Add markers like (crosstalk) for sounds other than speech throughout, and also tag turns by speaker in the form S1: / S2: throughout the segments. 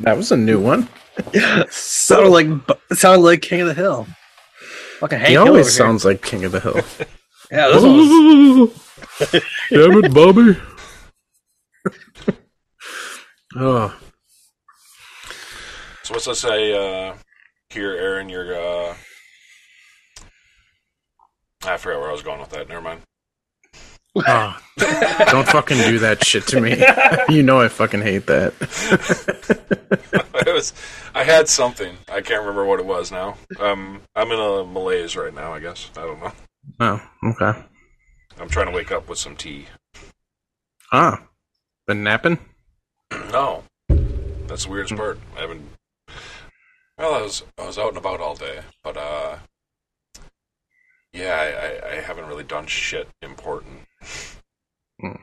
S1: That was a new one.
S2: sounded like sounded like King of the Hill. Fucking Hank
S1: he
S2: Hill
S1: always
S2: over here.
S1: sounds like King of the Hill.
S2: Yeah, this one was-
S1: (laughs) Damn it, Bobby. (laughs) oh,
S3: So what's let's say uh, here, Aaron? Your uh, I forgot where I was going with that. Never mind. (laughs)
S1: oh. don't fucking do that shit to me. (laughs) you know I fucking hate that.
S3: it was I had something. I can't remember what it was now. Um, I'm in a malaise right now. I guess I don't know.
S1: Oh, okay.
S3: I'm trying to wake up with some tea.
S1: Ah, been napping.
S3: No, that's the weirdest part. I haven't. Well, I was I was out and about all day, but uh, yeah, I, I, I haven't really done shit important.
S1: Hmm.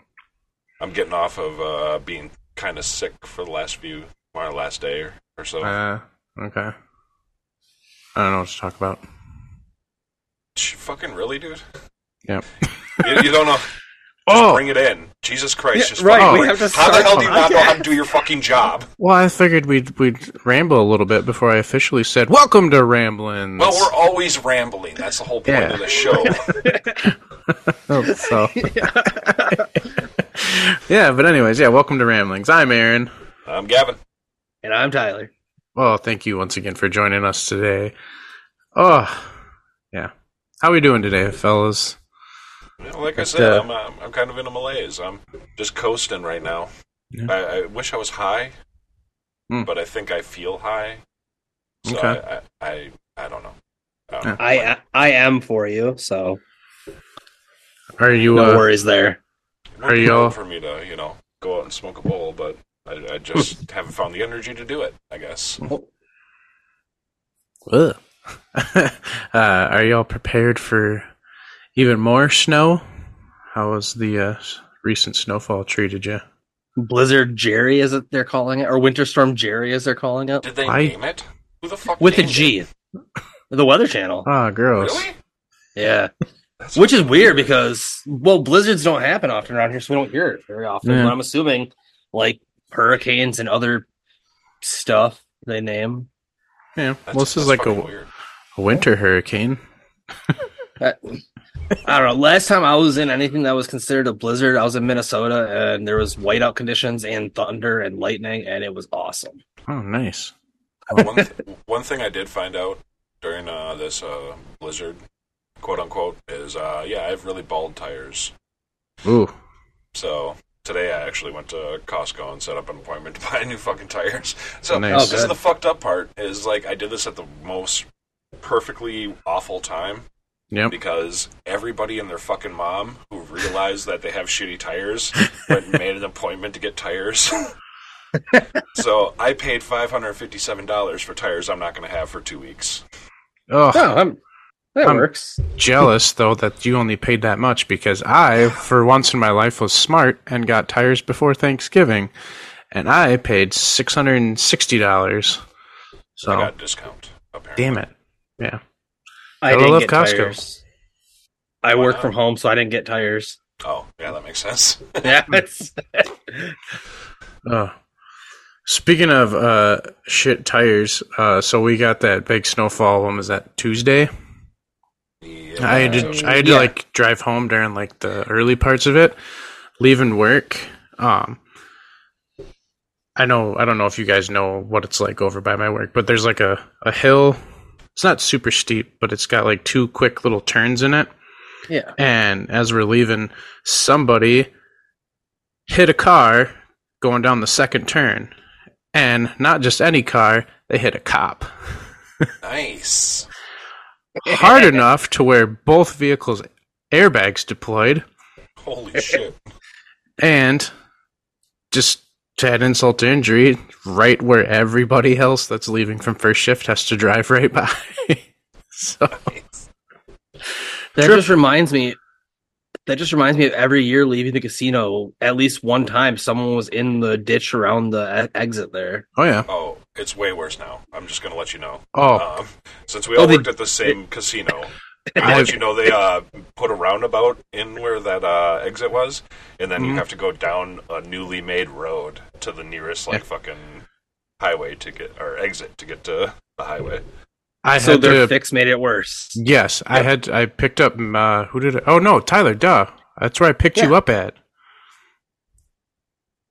S3: I'm getting off of uh, being kind of sick for the last few, my last day or, or so.
S1: Uh, okay. I don't know what to talk about.
S3: Sh- fucking really, dude?
S1: Yep.
S3: You, you don't know.
S1: Oh,
S3: Bring it in, Jesus Christ!
S2: Yeah,
S3: just
S2: right,
S3: fucking
S1: we
S3: bring-
S2: have to
S3: how the
S2: start
S3: hell
S2: the
S3: do you not know how to do your fucking job?
S1: well, I figured we'd we'd ramble a little bit before I officially said, "Welcome to Ramblins."
S3: Well, we're always rambling. That's the whole point
S1: Yeah.
S3: of the show.
S1: Oh, (laughs) so. yeah, but anyways, yeah, welcome to Ramblings. I'm Aaron.
S3: I'm Gavin.
S2: and I'm Tyler.
S1: Well, thank you once again for joining us today. Oh, yeah. How we doing today, fellas?
S3: Yeah, like I
S1: But,
S3: said,
S1: uh,
S3: I'm, uh, I'm kind of in a malaise. I'm just coasting right now.
S1: Yeah.
S3: I, I wish I was high,
S1: Hmm.
S3: but I think I feel high. So
S1: Okay.
S3: I, I, I, I don't know. Um,
S1: Yeah.
S2: I I am for you, so
S1: Are you
S2: no
S1: uh,
S2: worries there. uh,
S3: it would
S1: Are
S3: be
S1: y'all-
S3: good for me to, you know, go out and smoke a bowl, but I, I
S1: (laughs)
S3: just haven't found the energy to do it. I guess.
S1: Ugh. (laughs) uh, are y'all prepared for even more snow? How was the uh, s- recent snowfall treated you?
S2: Blizzard Jerry, is it they're calling it, or Winter Storm Jerry, as they're calling it,
S3: Did they
S1: I-
S3: name it? Who the fuck
S2: with a
S3: named
S2: G.
S3: It?
S2: The Weather Channel.
S1: Ah, gross.
S3: Really?
S2: Yeah,
S3: That's
S2: which is
S3: fucking
S2: weird because well, blizzards don't happen often around here, so we don't hear it very often.
S1: Yeah.
S2: But I'm assuming like hurricanes and other stuff they name.
S1: Yeah.
S3: That's-
S1: well, this is
S3: that's
S1: like a,
S3: fucking weird.
S1: a winter hurricane.
S2: I, I don't know. Last time I was in anything that was considered a blizzard, I was in Minnesota, and there was whiteout conditions and thunder and lightning, and it was (sighs) awesome.
S1: Oh, nice. (laughs)
S3: one, th- one thing I did find out during uh, this uh, blizzard, quote unquote, is uh, yeah, I have really bald tires.
S1: Ooh.
S3: So today I actually went to Costco and set up an appointment (laughs) to buy new fucking tires. So
S1: Nice.
S2: Oh,
S3: this is
S2: good.
S3: the fucked up part is like I did this at the most perfectly awful time
S1: Yep.
S3: because everybody and their fucking mom who realized that they have shitty tires (laughs) went and made an appointment to get tires. (laughs) so I paid five hundred fifty-seven dollars for tires I'm not going to have for two weeks.
S1: Oh,
S2: No, I'm, that
S1: I'm-
S2: works.
S1: jealous though that you only paid that much because I, for once in my life, was smart and got tires before Thanksgiving, and I paid six hundred and sixty dollars. So
S3: I got a discount. Apparently.
S1: damn it, yeah.
S2: I
S1: Gotta
S2: didn't
S1: love
S2: get
S1: Costco.
S2: tires. I
S3: Why
S2: work
S3: not?
S2: from home, so I didn't get tires. (laughs)
S3: Oh, yeah, that makes sense.
S2: Yeah, it's-
S1: Ugh. uh, Speaking of uh, shit tires, uh, so we got that big snowfall. When was that? Tuesday.
S3: Yeah,
S1: I had to, I had to
S2: Yeah.
S1: like drive home during like the early parts of it, leaving work. Um, I know I don't know if you guys know what it's like over by my work, but there's like a a hill. It's not super steep, but it's got like two quick little turns in it.
S2: yeah.
S1: And as we're leaving, somebody hit a car going down the second turn, and not just any car. They hit a cop
S3: nice.
S1: hard enough to where both vehicles airbags deployed. (laughs)
S3: Holy shit.
S1: And just to add insult to injury, right where everybody else that's leaving from first shift has to drive right by. so
S2: That
S1: Trip-
S2: just reminds me. That just reminds me of every year leaving the casino. At least one time, someone was in the ditch around the e- exit there.
S1: Oh yeah.
S3: Oh, it's way worse now. I'm just going to let you know.
S1: Oh
S3: Um, since we
S2: Oh,
S3: all
S2: they-
S3: worked at the same
S2: (laughs)
S3: casino, I'll
S1: I,
S3: let you know they uh, put a roundabout in where that uh, exit was,
S2: Mm-hmm.
S3: and then you
S1: Mhm.
S3: have to go down a newly made road to the nearest, like, fucking highway to get or exit to get to the highway.
S1: I
S2: so
S1: had
S2: their
S1: to.
S2: fix made it worse.
S1: yes, I
S3: Yep.
S1: had. I picked up. um, Uh, who did? I, oh no, Tyler. Duh. That's where I picked you
S2: Yeah.
S1: up at.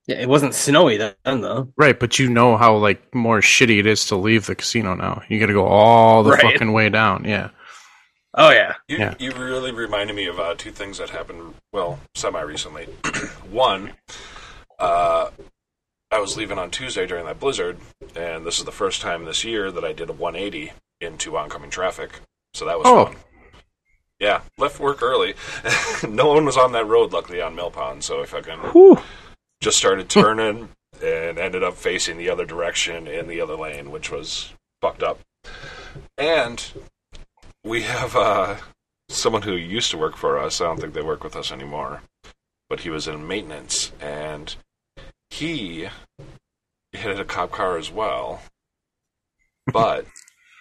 S2: Yeah, it wasn't snowy then though.
S1: Right, but you know how like more shitty it is to leave the casino now. You got to go all the
S2: Right.
S1: fucking way down. Yeah.
S2: Oh yeah,
S3: You,
S1: Yeah.
S3: you really reminded me of uh, two things that happened, well, semi recently. (clears throat) One, uh, I was leaving on Tuesday during that blizzard, and this is the first time this year that I did a 180 into oncoming traffic. So that was
S1: Oh.
S3: fun. Yeah, left work early. (laughs) no one was on that road, luckily, on Mill Pond, so if I can
S1: Whew.
S3: just started turning (laughs) and ended up facing the other direction in the other lane, which was fucked up. And we have uh, someone who used to work for us. I don't think they work with us anymore, but he was in maintenance, and he hit a cop car as well, but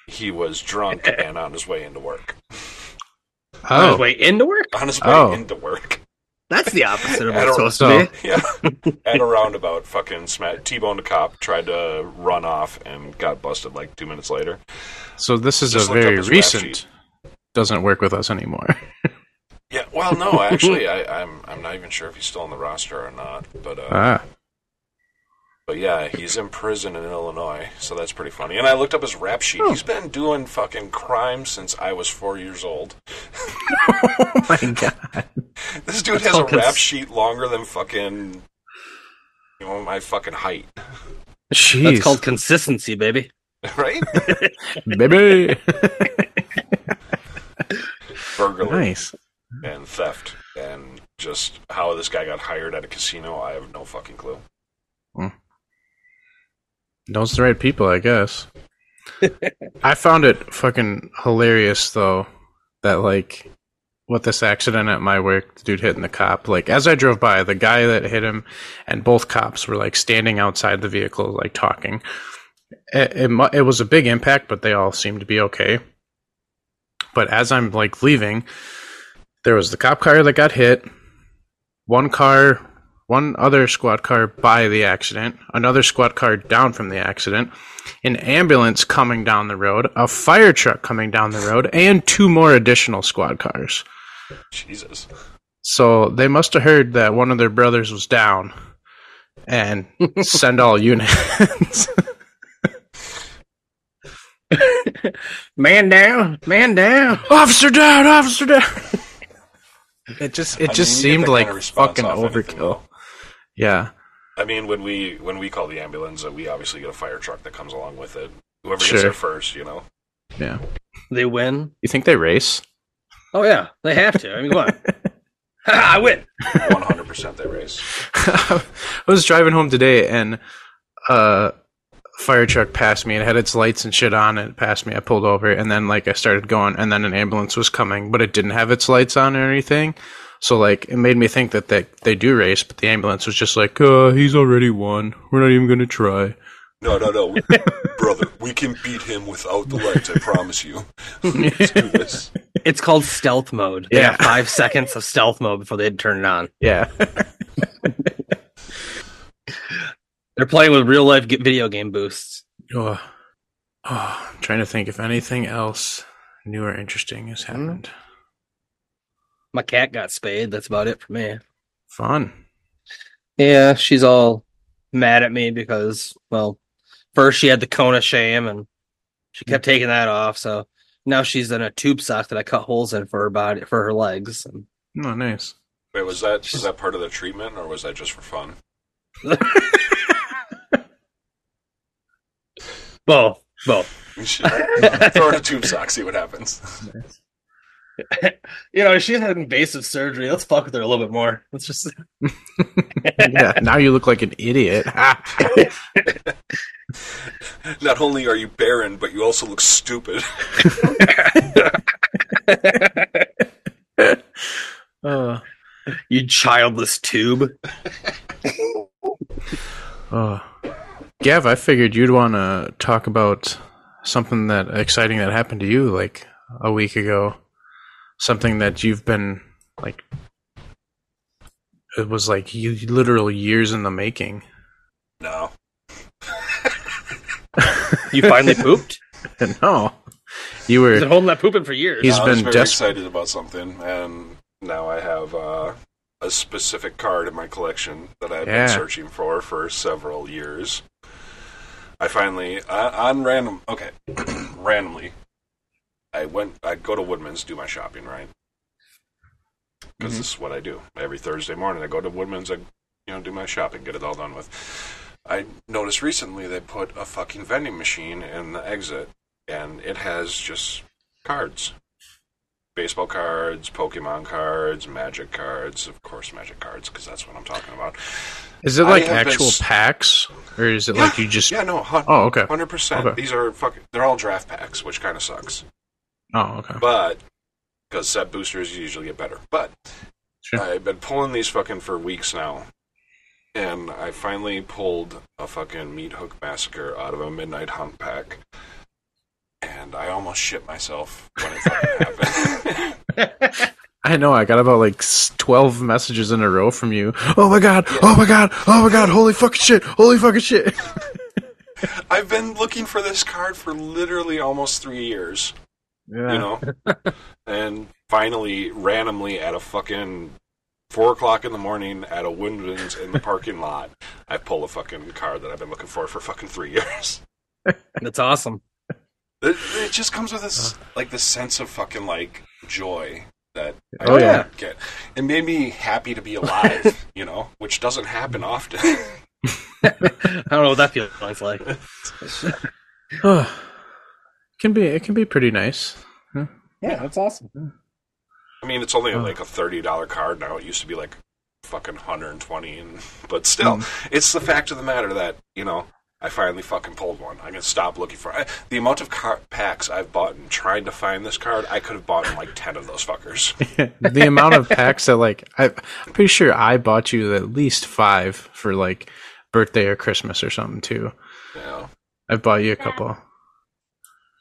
S3: he was drunk and on his way into work.
S2: on his
S1: Oh,
S2: way into work.
S3: On his way
S1: Oh.
S3: into work.
S2: That's the opposite of
S3: I
S2: what it's
S3: don't-
S2: supposed
S1: so
S2: to be.
S3: Yeah. At a roundabout, fucking sma T-boned a cop, tried to run off, and got busted like two minutes later.
S1: so this is a
S3: Just looked up
S1: very
S3: his rap
S1: recent.
S3: sheet.
S1: Doesn't work with us anymore. (laughs)
S3: Yeah. Well, no, actually, I, I'm I'm not even sure if he's still on the roster or not. But uh,
S1: ah,
S3: but yeah, he's in prison in Illinois, so that's pretty funny. And I looked up his rap sheet. He's been doing fucking crime since I was four years old.
S1: (laughs) oh my god.
S3: This dude has a
S2: Fucking
S3: rap
S2: s-
S3: sheet longer than fucking you know my fucking height, (laughs)
S1: Jeez,
S2: That's called consistency, baby.
S3: right?
S1: baby.
S3: Burglary.
S1: (laughs) nice.
S3: and theft and just how this guy got hired at a casino i have no fucking clue
S1: Knows the right people, I guess. I found it fucking hilarious though that like with this accident at my work, the dude hitting the cop. Like as I drove by, the guy that hit him and both cops were like standing outside the vehicle, like talking. It it, mu- it was a big impact, but they all seemed to be okay. But as I'm like leaving, there was the cop car that got hit. One car one other squad car by the accident, another squad car down from the accident, an ambulance coming down the road, a fire truck coming down the road, and two more additional squad cars.
S3: jesus
S1: So they must have heard that one of their brothers was down (laughs) and send all units.
S2: Man down, man down.
S1: (laughs) officer down, officer down. It just it
S3: I
S1: just
S3: mean, you get
S1: seemed
S3: that
S1: like
S3: kind of response
S1: fucking
S3: off anything,
S1: overkill.
S3: though.
S1: Yeah.
S3: i mean when we when we call the ambulance uh, we obviously get a fire truck that comes along with it whoever
S1: Sure.
S3: gets there first you know
S1: Yeah.
S2: They win.
S1: You think they race?
S2: Oh yeah, they have to. I mean,
S1: (laughs)
S2: what? (laughs) I win.
S3: 100% they race
S1: (laughs) I was driving home today and uh fire truck passed me. It had its lights and shit on and it passed me. I pulled over and then like I started going and then an ambulance was coming, but it didn't have its lights on or anything. So like it made me think that they they do race, but the ambulance was just like, uh, he's already won. We're not even gonna try.
S3: no no no brother we can beat him without the lights i promise you (laughs) let's do this
S2: It's called stealth mode. They
S1: Yeah.
S2: have five seconds of stealth mode before they turn it on.
S1: (laughs) Yeah.
S2: They're playing with real life ge- video game boosts.
S1: oh, oh, I'm trying to think if anything else new or interesting has happened.
S2: My cat got spayed. That's about it for me.
S1: Fun.
S2: Yeah, she's all mad at me because, well, first she had the cone of shame and she kept taking that off. So now she's in a tube sock that I cut holes in for her body, for her legs. And
S1: Oh nice.
S3: wait was that was that part of the treatment or was that just for fun (laughs)
S2: both, both.
S3: throw in a tube sock see what happens (laughs)
S2: You know, she's had invasive surgery. Let's fuck with her a little bit more. Let's just
S1: yeah, now you look like an idiot. (laughs)
S3: not only are you barren but you also look stupid (laughs)
S1: Uh,
S2: you childless tube.
S1: uh. Gav, I figured you'd want to talk about something that exciting that happened to you like a week ago. Something that you've been like, (laughs) it was like you literal years in the making.
S3: no
S2: You (laughs) finally pooped?
S1: no, oh, you were.
S2: You've been holding that pooping for years.
S1: He's-
S3: I was
S1: been
S3: very
S1: des-
S3: excited about something, and now I have uh, a specific card in my collection that I've
S1: Yeah.
S3: been searching for for several years. I finally, uh, on random, okay, (clears throat) randomly, I went. I go to Woodman's do my shopping, right? Because
S1: Mm-hmm.
S3: this is what I do every Thursday morning. I go to Woodman's. I, you know, do my shopping, get it all done with. I noticed recently they put a fucking vending machine in the exit, and it has just cards baseball cards, Pokemon cards, Magic cards, of course, Magic cards, because that's what I'm talking about.
S1: Is it
S3: I
S1: like
S3: have been
S1: actual
S3: s-
S1: packs, or is it like you just?
S3: yeah, no, hun-
S1: Oh, okay.
S3: hundred percent.
S1: Okay.
S3: These are fucking. They're all draft packs, which kind of sucks,
S1: Oh, okay.
S3: but because set boosters usually get better. But
S1: Sure.
S3: I've been pulling these fucking for weeks now, and I finally pulled a fucking meat hook massacre out of a midnight hunt pack. And I almost shit myself when it fucking happened.
S1: (laughs)
S3: (laughs)
S1: I know. I got about like s- twelve messages in a row from you. Oh my god! Oh my god! Oh my god! Holy fucking shit! Holy fucking shit!
S3: I've been looking for this card for literally almost three years.
S1: Yeah.
S3: you know
S1: (laughs)
S3: and finally randomly at a fucking four o'clock in the morning at a woodman's in the parking lot i pull a fucking car that i've been looking for for fucking three (laughs) years
S2: That's awesome. (laughs)
S3: it, it just comes with this like this sense of fucking like joy that I
S1: Oh, yeah.
S3: don't get. It made me happy to be alive, (laughs) you know, which doesn't happen often. (laughs)
S2: I don't know what that feels (laughs) like.
S1: can be. It can be pretty nice.
S2: Yeah, that's awesome.
S3: I mean, it's only
S1: Uh.
S3: like a thirty dollar card now. It used to be like fucking hundred and twenty, and but still, it's the fact of the matter that you know I finally fucking pulled one. I can stop looking for I, the amount of car- packs I've bought and trying to find this card. I could have bought like ten of those fuckers.
S1: the amount of packs that like I, I'm pretty sure I bought you at least five for like birthday or Christmas or something too.
S3: You know,
S1: I've bought you a couple.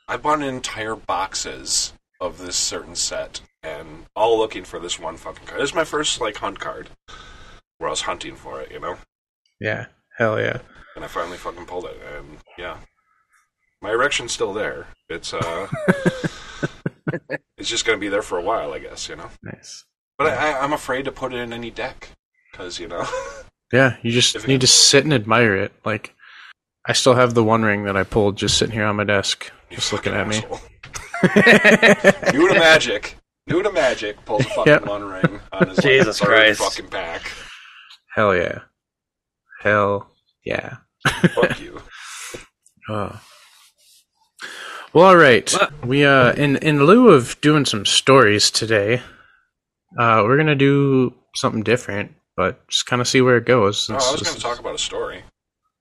S3: I bought entire boxes of this certain set, and all looking for this one fucking card. This is my first like hunt card, where I was hunting for it, you know.
S1: Yeah. Hell yeah.
S3: and I finally fucking pulled it, and yeah, my erection's still there. It's uh, it's just gonna be there for a while, I guess, you know.
S1: Nice.
S3: But I, I, I'm afraid to put it in any deck because you know, (laughs)
S1: Yeah, you just
S3: If it-
S1: need to sit and admire it. Like I still have the one ring that I pulled just sitting here on my (laughs) desk,
S3: you
S1: just looking at
S3: fucking
S1: me.
S3: asshole. New to magic, new to magic,
S1: (laughs)
S3: pulls a fucking
S1: Yep.
S3: one ring on his like,
S2: Jesus
S3: third
S2: Christ.
S3: fucking
S1: (laughs)
S3: pack.
S1: Hell yeah. Hell yeah.
S3: Fuck you.
S1: Oh. Well, all right.
S2: What?
S1: We uh, in in lieu of doing some stories today, uh, we're gonna do something different, but just kind of see where it goes.
S3: No,
S1: This
S3: Oh, I was
S1: is-
S3: gonna talk about a story.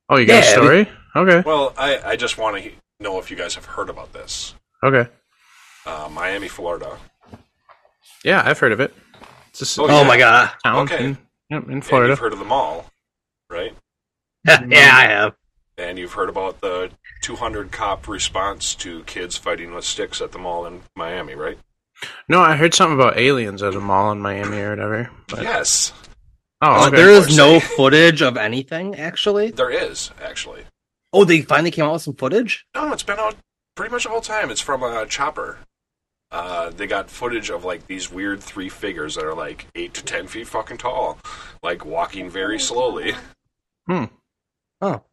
S1: Oh, you got a
S2: Yeah,
S1: story? Okay,
S3: Well, I, I just want to know if you guys have heard about this.
S1: okay.
S3: Uh, Miami, Florida.
S1: Yeah, I've heard of it. It's a s-
S3: Oh,
S2: Oh my god. (laughs)
S1: town
S3: okay.
S1: in, yep, in
S3: And
S1: Florida.
S3: you've heard of the mall, right?
S2: yeah, I have.
S3: and you've heard about the 200 cop response to kids fighting with sticks at the mall in Miami, right?
S1: No, I heard something about aliens at a mall in Miami or whatever. But,
S3: Yes,
S1: Oh,
S2: Uh,
S1: okay.
S2: There is no footage of anything, actually.
S3: there is actually.
S2: Oh, they finally came out with some footage?
S3: No, it's been out pretty much the whole time. It's from a chopper. Uh, they got footage of like these weird three figures that are like eight to ten feet fucking tall, like walking very slowly.
S1: Hmm.
S2: Oh.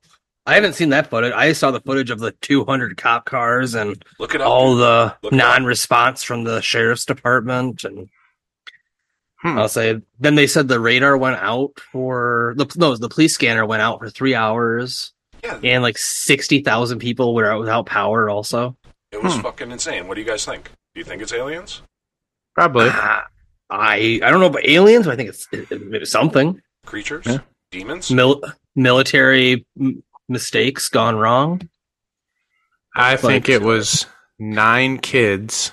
S2: I haven't seen that footage. I saw the footage of the 200 cop cars and
S3: Look it up.
S1: Oh,
S2: all the
S3: Look it up.
S2: non-response from the sheriff's department and
S1: Hmm.
S2: I'll say then they said the radar went out for the no the police scanner went out for 3 hours
S3: yeah,
S2: and like 60,000 people were out without power also.
S3: it was
S1: Hmm.
S3: fucking insane. What do you guys think? Do you think it's aliens?
S1: Probably.
S2: Ah, I I don't know about aliens, but I think it's it- it- something
S3: Creatures?
S1: Yeah.
S3: Demons?
S2: Mil- military m- mistakes gone wrong.
S1: I think
S2: Like-
S1: it was nine kids,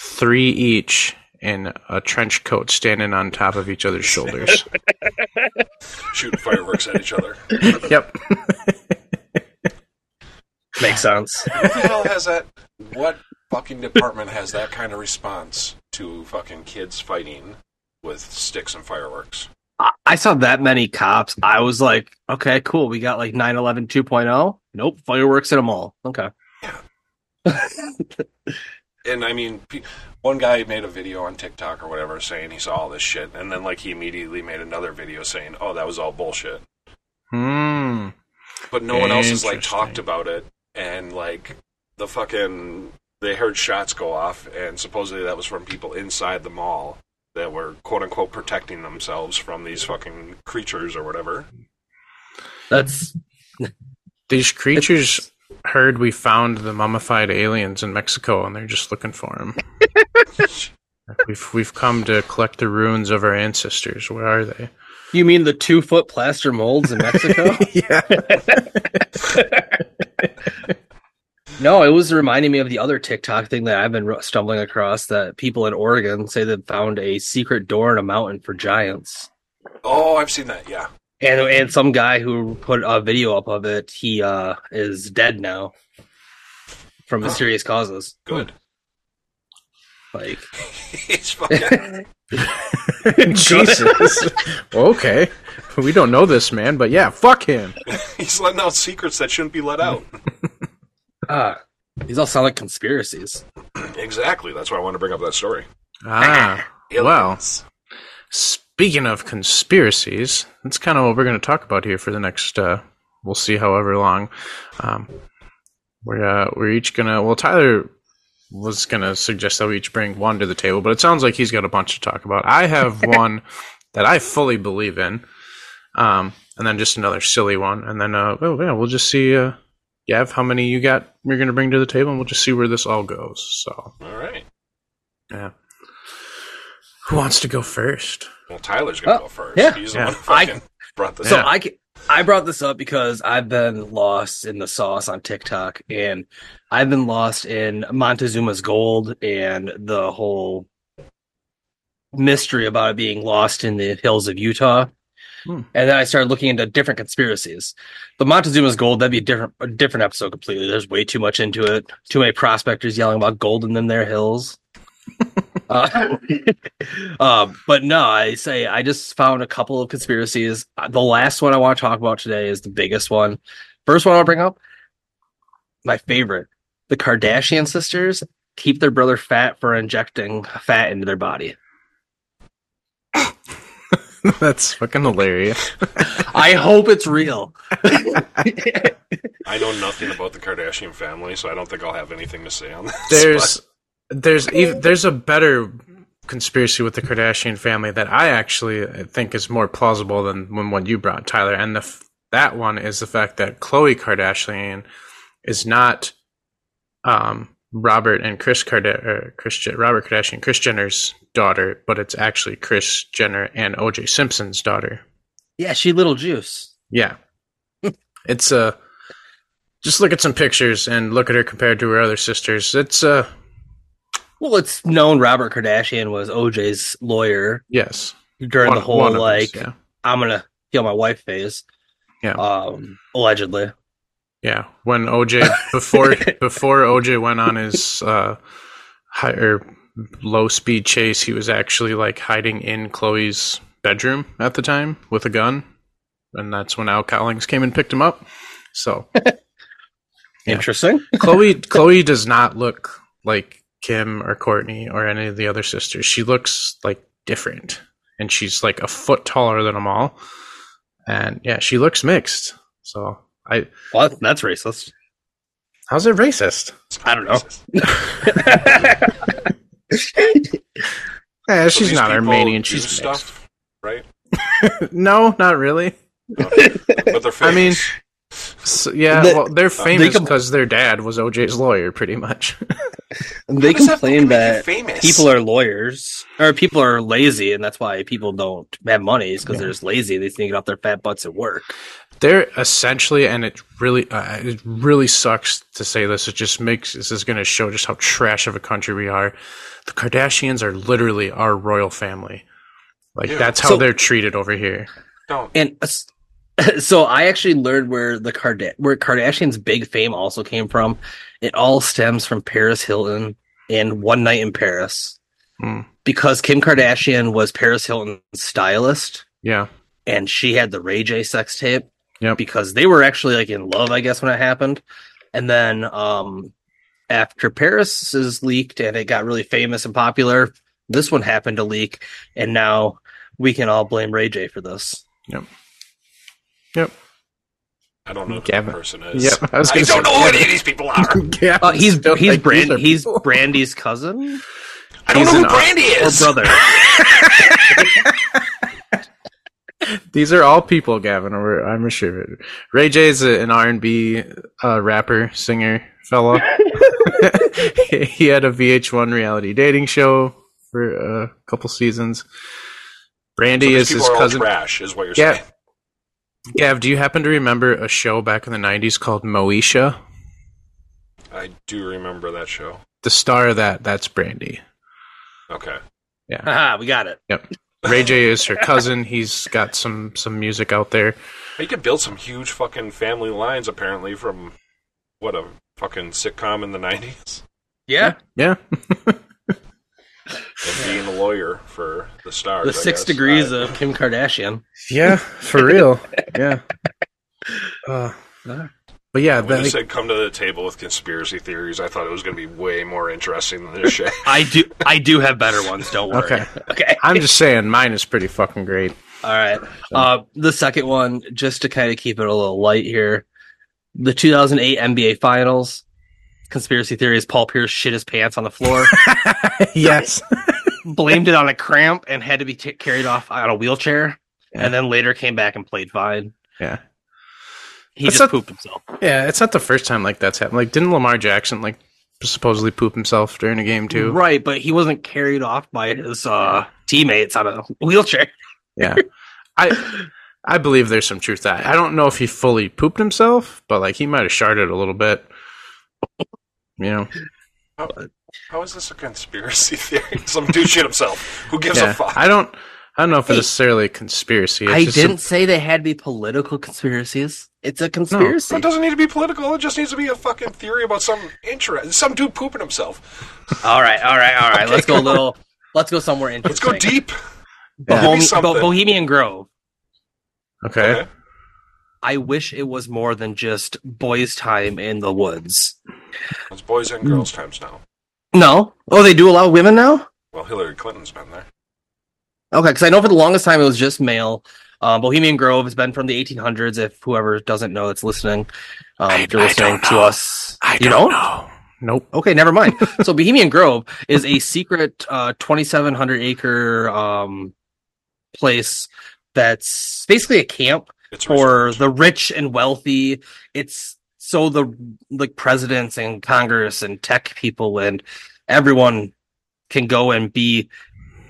S1: three each, in a trench coat standing on top of each other's shoulders.
S3: Shooting fireworks at each other.
S1: (laughs) yep.
S2: Makes sense.
S3: Who the hell has that? What fucking department has that kind of response to fucking kids fighting with sticks and fireworks?
S2: I- I saw that many cops. I was like, okay, cool. We got like 911 2.0. oh. Nope, fireworks in a mall. Okay.
S3: and I mean, pe- one guy made a video on TikTok or whatever saying he saw all this shit, and then like he immediately made another video saying, "Oh, that was all bullshit."
S1: Hmm.
S3: But no one else has like
S1: Interesting.
S3: talked about it, and like the fucking they heard shots go off, and supposedly that was from people inside the mall that were quote unquote protecting themselves from these fucking creatures or whatever.
S2: That's
S1: These creatures heard we found the mummified aliens in Mexico, and they're just looking for them. we've we've come to collect the ruins of our ancestors. Where are they?
S2: You mean the two foot plaster molds in Mexico?
S1: (laughs) yeah.
S2: no, it was reminding me of the other TikTok thing that I've been ru- stumbling across that people in Oregon say they found a secret door in a mountain for giants.
S3: Oh, I've seen that. Yeah.
S2: And and some guy who put a video up of it, he uh is dead now from mysterious causes.
S3: Good.
S2: Like
S3: (laughs)
S2: (laughs)
S3: He's fucking.
S1: Jesus. okay. We don't know this man, but yeah, fuck him.
S3: He's letting out secrets that shouldn't be let out.
S2: ah, these all sound like conspiracies.
S1: Mm.
S3: exactly. That's why I want to bring up that story.
S1: Ah. (laughs) Well,
S3: Aliens.
S1: speaking of conspiracies, that's kind of what we're going to talk about here for the next, uh, we'll see however long. Um, we're, uh, we're each going to, well, Tyler was going to suggest that we each bring one to the table, but it sounds like he's got a bunch to talk about. I have one that I fully believe in, um, and then just another silly one. And then, uh, oh, yeah, we'll just see, uh, Gav, how many you got you're going to bring to the table, and we'll just see where this all goes. So,
S3: All right.
S1: yeah. Who wants to go first?
S3: Well, Tyler's gonna
S2: Oh,
S3: go first.
S2: yeah.
S3: He's
S1: Yeah.
S3: the one who fucking brought this
S2: So
S1: Yeah.
S3: up.
S2: I ca- I brought this up because I've been lost in the sauce on TikTok, and I've been lost in Montezuma's gold and the whole mystery about it being lost in the hills of Utah.
S1: Hmm.
S2: And then I started looking into different conspiracies. The Montezuma's gold that'd be a different a different episode completely. There's way too much into it. Too many prospectors yelling about gold in them their hills. Uh, (laughs) uh, but no, I say I just found a couple of conspiracies. Uh, The last one I want to talk about today is the biggest one. First one I'll bring up, my favorite: the Kardashian sisters keep their brother fat for injecting fat into their body.
S1: That's fucking hilarious.
S2: I hope it's real.
S3: I, know nothing about the Kardashian family, so I don't think I'll have anything to say on this.
S1: There's there's ev- there's a better conspiracy with the Kardashian family that I actually uh, think is more plausible than when what you brought Tyler and the f- that one is the fact that Khloe Kardashian is not um Robert and Chris Karda- or Chris Je- Robert Kardashian Chris Jenner's daughter, but it's actually Chris Jenner and OJ Simpson's daughter.
S2: Yeah, she little juice.
S1: Yeah. it's uh just look at some pictures and look at her compared to her other sisters. It's uh
S2: Well, it's known Robert Kardashian was OJ's lawyer
S1: yes.
S2: during
S1: One-
S2: the whole
S1: one of
S2: like
S1: us, yeah.
S2: I'm gonna kill my wife phase.
S1: Yeah.
S2: Um, allegedly.
S1: Yeah, when
S2: (laughs)
S1: OJ before before OJ went on his uh higher low speed chase, he was actually like hiding in Chloe's bedroom at the time with a gun, and that's when Al Collins came and picked him up. So Yeah.
S2: Interesting.
S1: Chloe Chloe does not look like Kim or Courtney or any of the other sisters. She looks like different, and she's like a foot taller than them all. And yeah, she looks mixed. So I
S2: Well, that's racist.
S1: how's it racist?
S2: I don't know.
S1: Eh,
S3: So
S1: she's
S3: these
S1: not
S3: people
S1: Armenian.
S3: do
S1: She's mixed.
S2: (laughs)
S3: stuff, right?
S1: (laughs) No, not really.
S3: But they're
S1: I mean,
S3: famous.
S1: So, yeah,
S2: The-
S1: well, they're famous
S2: com-
S1: because their dad was OJ's lawyer, pretty much. (laughs)
S2: (laughs)
S3: How
S2: they
S3: does that fucking make you
S2: complain that
S3: famous?
S2: people are lawyers or people are lazy, and that's why people don't have money is because
S1: Yeah.
S2: they're just lazy. They sneak it off their fat butts at work.
S1: they're essentially, and it really, uh, it really sucks to say this. It just makes this is going to show just how trash of a country we are. The Kardashians are literally our royal family. Like
S3: Yeah.
S1: that's how
S2: So-
S1: they're treated over here.
S3: don't.
S2: And uh, s- (laughs) so I actually learned where the Karda- where Kardashian's big fame also came from. It all stems from Paris Hilton and One Night in Paris.
S1: Hmm.
S2: Because Kim Kardashian was Paris Hilton's stylist.
S1: Yeah.
S2: and she had the Ray J sex tape.
S1: Yep.
S2: Because they were actually like in love, I guess, when it happened. And then um after Paris is leaked and it got really famous and popular, this one happened to leak, and now we can all blame Ray J for this.
S3: I don't know who
S1: Gavin.
S3: that person is.
S1: Yep. I was
S3: I
S1: gonna
S3: don't
S1: say-
S3: know who any of these people are.
S1: (laughs) Yeah.
S2: Uh, he's
S1: Don't
S2: he's
S1: like these
S2: Brand
S1: are
S2: he's
S1: people. (laughs)
S2: Brandy's cousin
S3: I don't
S1: He's
S3: know
S1: an
S3: who Brandy
S2: or
S3: is.
S2: brother. (laughs)
S1: These are all people, Gavin. Or I'm sure of it. Ray J is a- an R&B uh, rapper, singer, fellow. he had a VH1 reality dating show for a couple seasons.
S3: So
S1: Brandy
S3: these people
S1: is
S3: are
S1: his
S3: all
S1: cousin.
S3: trash, is what you're
S1: Yeah.
S3: saying.
S1: Gav, do you happen to remember a show back in the '90s called Moesha?
S3: I do remember that show.
S1: The star of that that's Brandy.
S3: Okay.
S2: Haha, we got it.
S1: Ray J is her cousin. He's got some some music out there.
S3: You could build some huge fucking family lines, apparently, from what a fucking sitcom in the 90s.
S2: Yeah,
S1: Yeah,
S3: And being a lawyer for the stars.
S2: the
S3: I
S2: six
S3: guess.
S2: degrees
S3: I-
S2: of Kim Kardashian.
S1: yeah, for (laughs) real. Yeah. Uh, but yeah,
S3: When
S1: that,
S3: you said come to the table with conspiracy theories, I thought it was going to be way more interesting than this shit.
S2: I do I do have better ones. Don't worry.
S1: Okay.
S2: (laughs) Okay.
S1: I'm just saying, mine is pretty fucking great.
S2: All (laughs) right. Uh, the second one, just to kind of keep it a little light here, the 2008 NBA Finals. Conspiracy theory is Paul Pierce shit his pants on the (laughs) floor,
S1: yes.
S2: blamed it on a cramp, and had to be t- carried off on a wheelchair, and then later came back and played fine.
S1: Yeah.
S2: He
S1: That's
S2: just
S1: a-
S2: pooped himself.
S1: Yeah, it's not the first time like that's happened. Like, didn't Lamar Jackson like supposedly poop himself during a game too?
S2: Right, but he wasn't carried off by his uh, teammates on a (laughs) wheelchair.
S1: Yeah. I I believe there's some truth to that. I don't know if he fully pooped himself, but like he might have sharded a little bit. You know.
S3: (laughs) How is this a conspiracy theory? (laughs) Some dude shit himself. Who gives
S1: Yeah.
S3: a fuck?
S1: I don't I don't know if
S2: Hey.
S1: it's necessarily a conspiracy. It's
S2: I
S1: just some-
S2: didn't say they had to be political conspiracies. It's a conspiracy.
S3: It doesn't need to be political. It just needs to be a fucking theory about some interest, some dude pooping himself.
S2: All right, all right, all right. let's go a little. Let's go somewhere interesting.
S3: Let's go deep.
S1: Yeah.
S3: Give me
S2: Bohem-
S3: something.
S2: Bo- Bohemian Grove.
S1: okay.
S3: Okay.
S2: I wish it was more than just boys' time in the woods.
S3: It's boys and girls times now.
S2: No. Oh, they do allow women now?
S3: Well, Hillary Clinton's been there.
S2: Okay, because I know for the longest time it was just male. Um, Bohemian Grove has been from the 1800s. If whoever doesn't know that's listening, um,
S1: I-
S2: if you're
S1: I
S2: listening
S1: don't
S2: to
S1: know.
S2: us,
S1: I
S2: you
S1: don't
S2: know?
S1: know. Nope.
S2: Okay,
S1: (laughs)
S2: never mind. so Bohemian Grove is a secret uh, 2,700 acre um, place that's basically a camp
S3: It's
S2: for
S3: reserved.
S2: the rich and wealthy. It's so the like presidents and Congress and tech people and everyone can go and be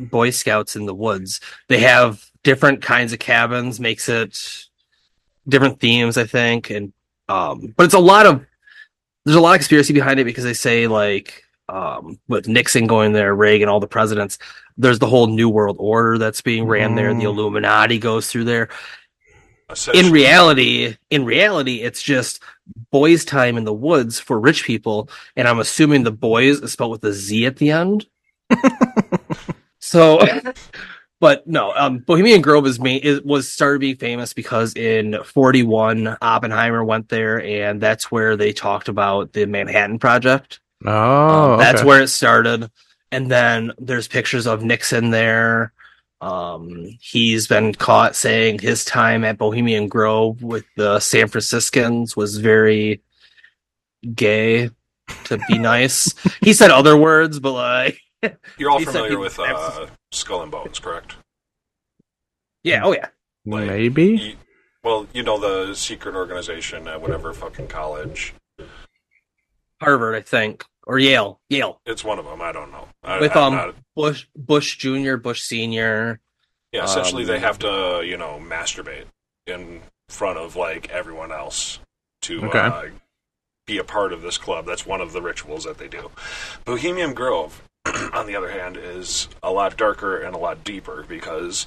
S2: Boy Scouts in the woods. They have different kinds of cabins, makes it different themes, I think, and um, but it's a lot of there's a lot of conspiracy behind it because they say like um, with Nixon going there, Reagan, all the presidents, there's the whole New World Order that's being ran there. The
S1: Mm.
S2: Illuminati goes through there in
S3: Essentially,
S2: reality, in reality, it's just boys' time in the woods for rich people, and I'm assuming the boys is spelled with a Z at the end. so, (laughs) but no, um, Bohemian Grove is main is, was started being famous because in '41 Oppenheimer went there, and that's where they talked about the Manhattan Project.
S1: Oh,
S2: Um, that's
S1: okay.
S2: where it started. And then there's pictures of Nixon there. Um, he's been caught saying his time at Bohemian Grove with the San Franciscans was very gay. To
S1: (laughs)
S2: be nice, he said other words, but like,
S3: you're all
S2: he said
S3: familiar
S2: he-
S3: with uh, Skull and Bones, correct?
S2: yeah, oh (laughs) yeah,
S3: like-
S1: maybe.
S3: You, well, you know the secret organization at whatever fucking college.
S2: Harvard, I think, or Yale, Yale.
S3: It's one of them. I don't know. I,
S2: With,
S3: I'm
S2: um,
S3: not-
S2: Bush, Bush Junior, Bush Senior.
S3: yeah, essentially
S2: um,
S3: they have to you know masturbate in front of like everyone else to
S1: Okay.
S3: uh, be a part of this club. That's one of the rituals that they do. Bohemian Grove, (clears throat) on the other hand, is a lot darker and a lot deeper because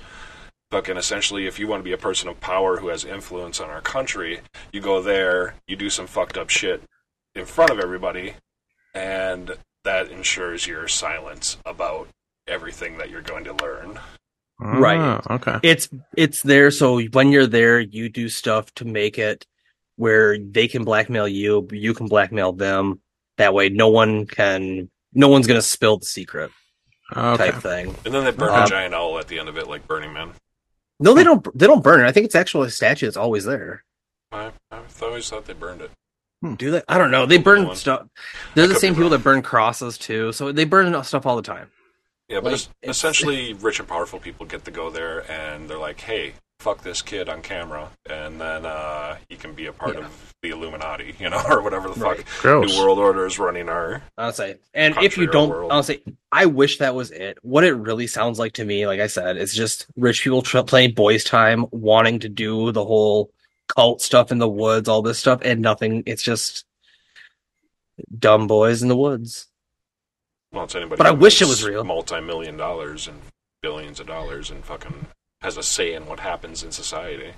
S3: fucking essentially if you want to be a person of power who has influence on our country, you go there, you do some fucked up shit in front of everybody, and that ensures your silence about everything that you're going to learn.
S2: Right.
S1: Oh, Okay.
S2: It's it's there so when you're there you do stuff to make it where they can blackmail you, but you can blackmail them. That way no one can no one's going to spill the secret
S1: Okay.
S2: type thing.
S3: And then they burn
S2: Uh,
S3: a giant owl at the end of it, like Burning Man.
S2: No, they don't they don't burn it. I think it's actually a statue that's always there.
S3: I, I've always thought they burned it.
S2: Do they? I don't know. They
S3: Hold
S2: burn
S3: on.
S2: stuff. They're
S3: I
S2: the
S3: could
S2: same
S3: be
S2: people
S3: wrong.
S2: that burn crosses too. So they burn stuff all the time.
S3: Yeah, but
S2: Like,
S3: es-
S2: it's-
S3: essentially, rich and powerful people get to go there, and they're like, "Hey, fuck this kid on camera," and then uh, he can be a part
S2: Yeah.
S3: of the Illuminati, (laughs) you know, or whatever the
S2: Right.
S3: fuck
S1: Gross.
S3: New World Order is running our.
S2: I'll say. And if
S3: Country
S2: you
S3: or
S2: don't,
S3: world.
S2: I'll say, I wish that was it. What it really sounds like to me, like I said, it's just rich people tr- playing boys' time, wanting to do the whole cult stuff in the woods, all this stuff, and nothing. It's just dumb boys in the woods.
S3: Well, it's anybody.
S2: But I
S3: who
S2: wish it
S3: makes
S2: was real.
S3: Multi-million dollars and billions of dollars, and fucking has a say in what happens in society.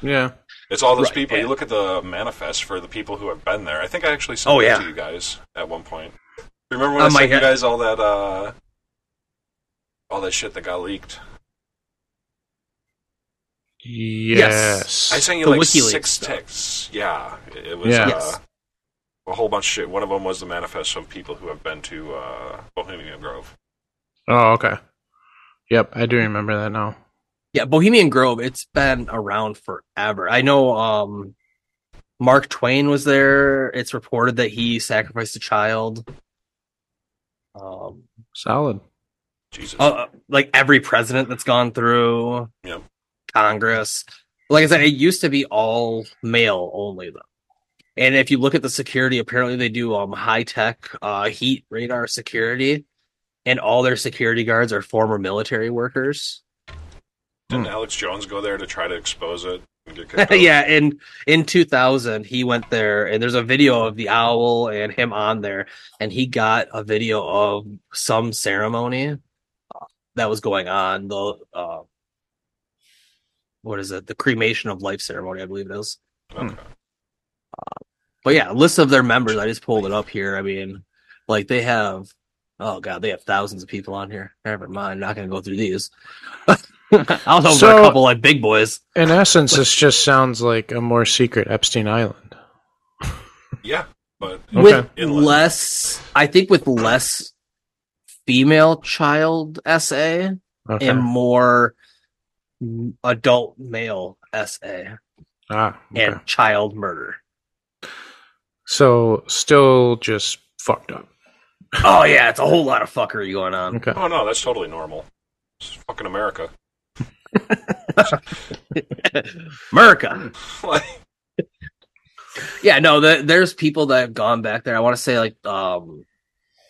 S1: Yeah.
S3: It's all those
S2: Right,
S3: people. You
S2: and-
S3: look at the manifest for the people who have been there. I think I actually sent
S2: Oh,
S3: it
S2: yeah.
S3: to you guys at one point. Remember when I
S2: Oh, my
S3: sent you
S2: God.
S3: guys all that uh, all that shit that got leaked?
S1: Yes.
S3: I sent you
S2: The
S3: like
S2: WikiLeaks
S3: six
S2: stuff.
S3: texts. Yeah, it it was
S1: Yeah.
S3: Uh,
S2: Yes.
S3: a whole bunch of shit. One of them was the manifest of people who have been to uh, Bohemian Grove.
S1: Oh, okay. Yep, I do remember that now.
S2: Yeah, Bohemian Grove, it's been around forever. I know um Mark Twain was there. It's reported that he sacrificed a child. Um
S1: Solid.
S3: Jesus,
S2: uh, like every president that's gone through
S3: Yep.
S2: Congress. Like I said, it used to be all male only though. And if you look at the security, apparently they do um high tech uh heat radar security, and all their security guards are former military workers.
S3: didn't Alex Jones go there to try to expose it? And
S2: (laughs)
S3: get kicked out?
S2: yeah, and in 2000 he went there, and there's a video of the owl and him on there, and he got a video of some ceremony uh, that was going on the uh, what is it? The cremation of life ceremony, I believe it is.
S3: Okay.
S2: But yeah, list of their members. I just pulled it up here. I mean, like they have, oh god, they have thousands of people on here. Never mind, not gonna go through these. (laughs) I'll know for
S1: So-
S2: a couple like big boys.
S1: In essence, this just sounds like a more secret Epstein Island.
S3: Yeah, but
S2: with
S3: Inland.
S2: less i think with less female child sa
S1: Okay.
S2: and more adult male sa
S1: ah, okay.
S2: and child murder
S1: So, still just fucked up.
S2: oh yeah it's a whole lot of fuckery going on
S1: Okay.
S3: Oh no, that's totally normal. It's fucking America.
S2: america
S3: like,
S2: yeah no the, there's people that have gone back there i want to say like um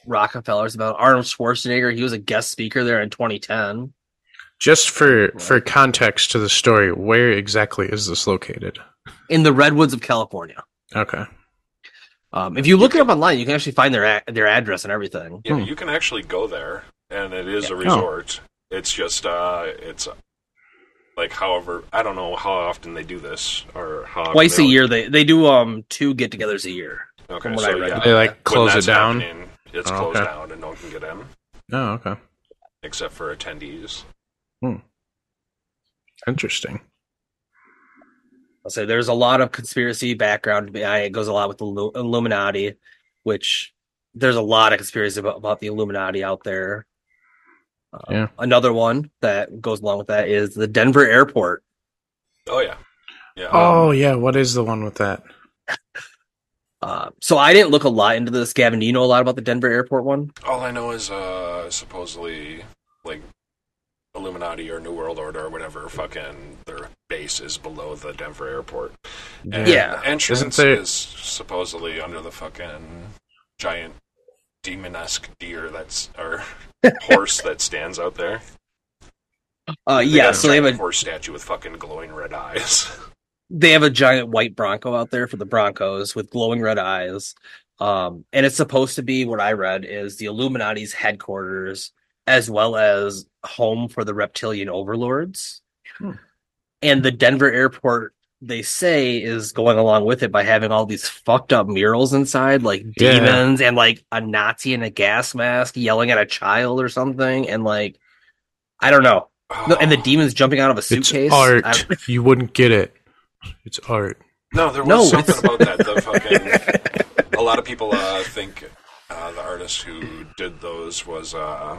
S2: rockefeller's about arnold schwarzenegger he was a guest speaker there in 2010
S1: Just for for context to the story, where exactly is this located?
S2: in the redwoods of california
S1: Okay.
S2: um, if you look it up online you can actually find their a- their address and everything
S3: Yeah,
S1: Hmm.
S3: you can actually go there, and it is a
S2: Oh.
S1: Yeah.
S3: resort. It's just uh, it's uh, like however I don't know how often they do this or how often
S2: twice a
S3: they-
S2: year they they do um two get-togethers a year
S3: Okay,
S2: from what
S3: so
S2: I read.
S3: yeah,
S1: They like
S3: when
S1: close
S3: that's
S1: it down.
S3: happening, it's
S1: Oh,
S3: closed
S1: okay.
S3: down, and no one can get in
S1: Oh, okay.
S3: except for attendees. Um,
S1: Interesting.
S2: i'll say there's a lot of conspiracy background behind it. it goes a lot with the Illu- illuminati which there's a lot of conspiracy about, about the illuminati out there uh,
S1: Yeah.
S2: another one that goes along with that is the denver airport
S3: Oh yeah, yeah.
S1: Oh, yeah, what is the one with that?
S2: uh, so i didn't look a lot into this gavin do you know a lot about the denver airport one
S3: All I know is uh, supposedly like Illuminati or New World Order or whatever. Fucking their base is below the Denver airport. And
S2: Yeah.
S3: the Entrance
S1: Isn't there-
S3: is supposedly under the fucking giant demonesque deer that's or (laughs) horse that stands out there.
S2: uh,
S3: They
S2: yeah
S3: got
S2: so they have
S3: giant
S2: a
S3: horse statue with fucking glowing red eyes.
S2: they have a giant white bronco out there for the broncos with glowing red eyes um and it's supposed to be what i read is the illuminati's headquarters as well as home for the reptilian overlords
S1: Hmm.
S2: and the denver airport they say is going along with it by having all these fucked up murals inside like
S1: Yeah.
S2: demons and like a nazi in a gas mask yelling at a child or something and like i don't know (laughs) No, and the demon's jumping out of a
S1: It's
S2: suitcase.
S1: art.
S2: I-
S1: You wouldn't get it. It's art.
S3: Oh, No, there was
S2: No,
S3: something
S2: it's-
S3: about that. The
S2: (laughs)
S3: fucking, a lot of people uh, think uh, the artist who did those was uh,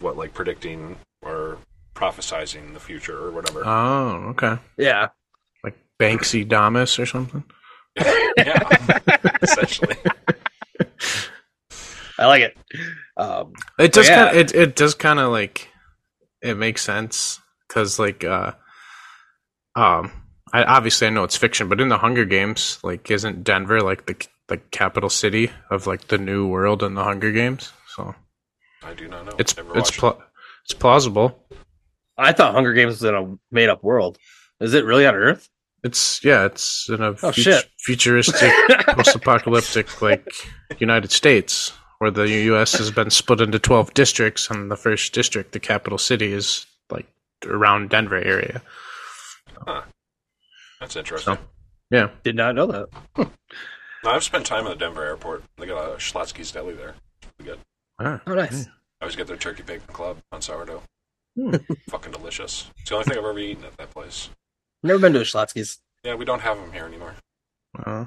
S3: what, like predicting or prophesizing the future or whatever.
S1: Oh, okay.
S2: yeah.
S1: Like Banksy Damas or something.
S3: yeah, (laughs) essentially.
S2: I like it. Um,
S1: It does
S2: yeah.
S1: kind. It it does kind of like it makes sense because like uh um I obviously I know it's fiction, but in the Hunger Games, like isn't Denver like the the capital city of like the new world in the Hunger Games? So
S3: I do not know.
S1: it's
S3: Never
S1: it's
S3: watched
S1: pla- it's plausible.
S2: I thought Hunger Games was in a made up world. Is it really on (laughs) Earth?
S1: It's yeah, it's in a
S2: Oh,
S1: fut-
S2: shit.
S1: futuristic post-apocalyptic like United States where the US has been split into 12 districts and the first district the capital city is like around Denver area.
S3: it. That's interesting.
S1: Yeah.
S2: (laughs) Did not know that.
S3: No, I've spent time at the Denver airport. They got a Schlotsky's Deli there.
S1: Ah.
S2: Oh, nice.
S3: I always get their turkey bacon club on sourdough.
S1: Hmm.
S3: (laughs) Fucking delicious. It's the only thing I've ever eaten at that place.
S2: Never been to a Schlotsky's.
S3: Yeah, we don't have them here anymore.
S1: Uh,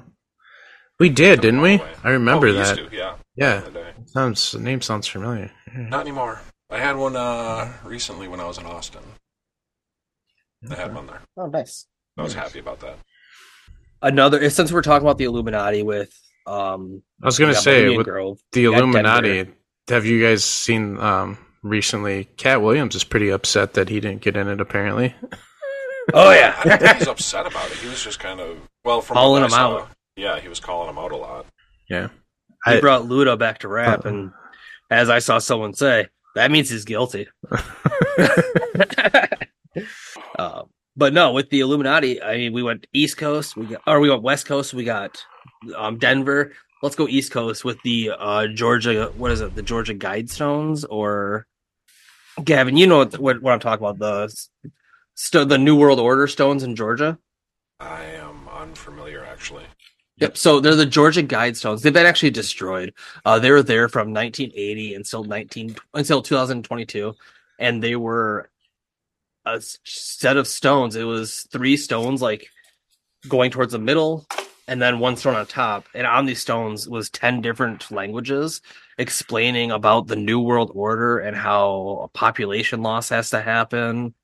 S1: we did, didn't we? I remember
S3: Oh, we
S1: that.
S3: Used to, yeah.
S1: Yeah,
S3: the other day.
S1: sounds the name sounds familiar. Yeah.
S3: Not anymore. I had one uh, recently when I was in Austin. I had one there.
S2: Oh, nice.
S3: I was
S1: Nice.
S3: happy about that.
S2: Another since we're talking about the Illuminati with um
S1: I was gonna
S2: yeah,
S1: say
S2: Bohemian
S1: with
S2: Grove.
S1: the
S2: got
S1: Illuminati. Have you guys seen um, recently? Cat Williams is pretty upset that he didn't get in it. Apparently,
S2: Oh
S3: I don't
S2: yeah. (laughs)
S3: think he was upset about it. He was just kind of well from what
S2: Calling
S3: I
S2: him
S3: saw,
S2: out.
S3: Yeah, he was calling him out a lot.
S1: yeah,
S2: he
S1: I-
S2: brought Ludo back to rap, and as I saw someone say, that means he's guilty. (laughs) uh, but no, with the Illuminati, I mean, we went East Coast, we got, or we went West Coast, we got um, Denver. Let's go East Coast with the uh, Georgia. What is it? The Georgia Guidestones, or Gavin? You know what, what, what I'm talking about the st- the New World Order stones in Georgia.
S3: I am unfamiliar actually.
S2: Yep. So they're the Georgia Guidestones. They've been actually destroyed. Uh, they were there from 1980 until 19 until 2022, and they were a s- set of stones. It was three stones like going towards the middle, and then one stone on top. And on these stones was 10 different languages explaining about the New World Order and how population loss has to happen.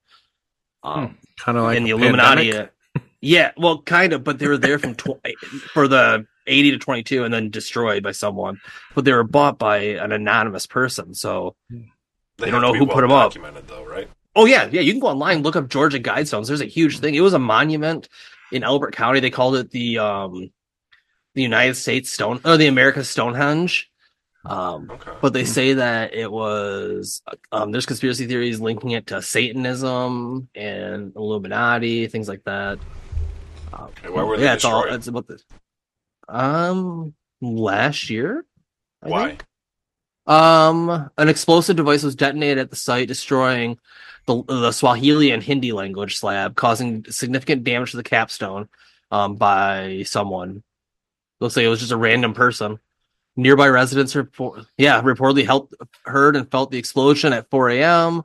S2: Um,
S1: kind of like
S2: and the
S1: a
S2: Illuminati.
S1: pandemic.
S2: uh, Yeah, well, kind of, but they were there from tw- eh, for the eighty to twenty two, and then destroyed by someone. But they were bought by an anonymous person. So,
S3: They have
S2: don't
S3: to
S2: know
S3: be
S2: who put him up.
S3: Documented though, right?
S2: oh yeah, yeah, you can go online look up Georgia Guidestones. There's a huge thing. It was a monument in Albert County. They called it the um the United States Stone or the America Stonehenge. Um,
S3: Okay.
S2: but they say that it was um, there's conspiracy theories linking it to Satanism and Illuminati things like that. Um,
S3: Okay, why were they
S2: yeah, it's all
S3: destroyed?
S2: it's about this. Um, last year. I
S3: Why?
S2: think. Um, an explosive device was detonated at the site, destroying the the Swahili and Hindi language slab, causing significant damage to the capstone. Um, by someone. Looks like it was just a random person. Nearby residents report, yeah, reportedly helped, heard and felt the explosion at 4 a.m.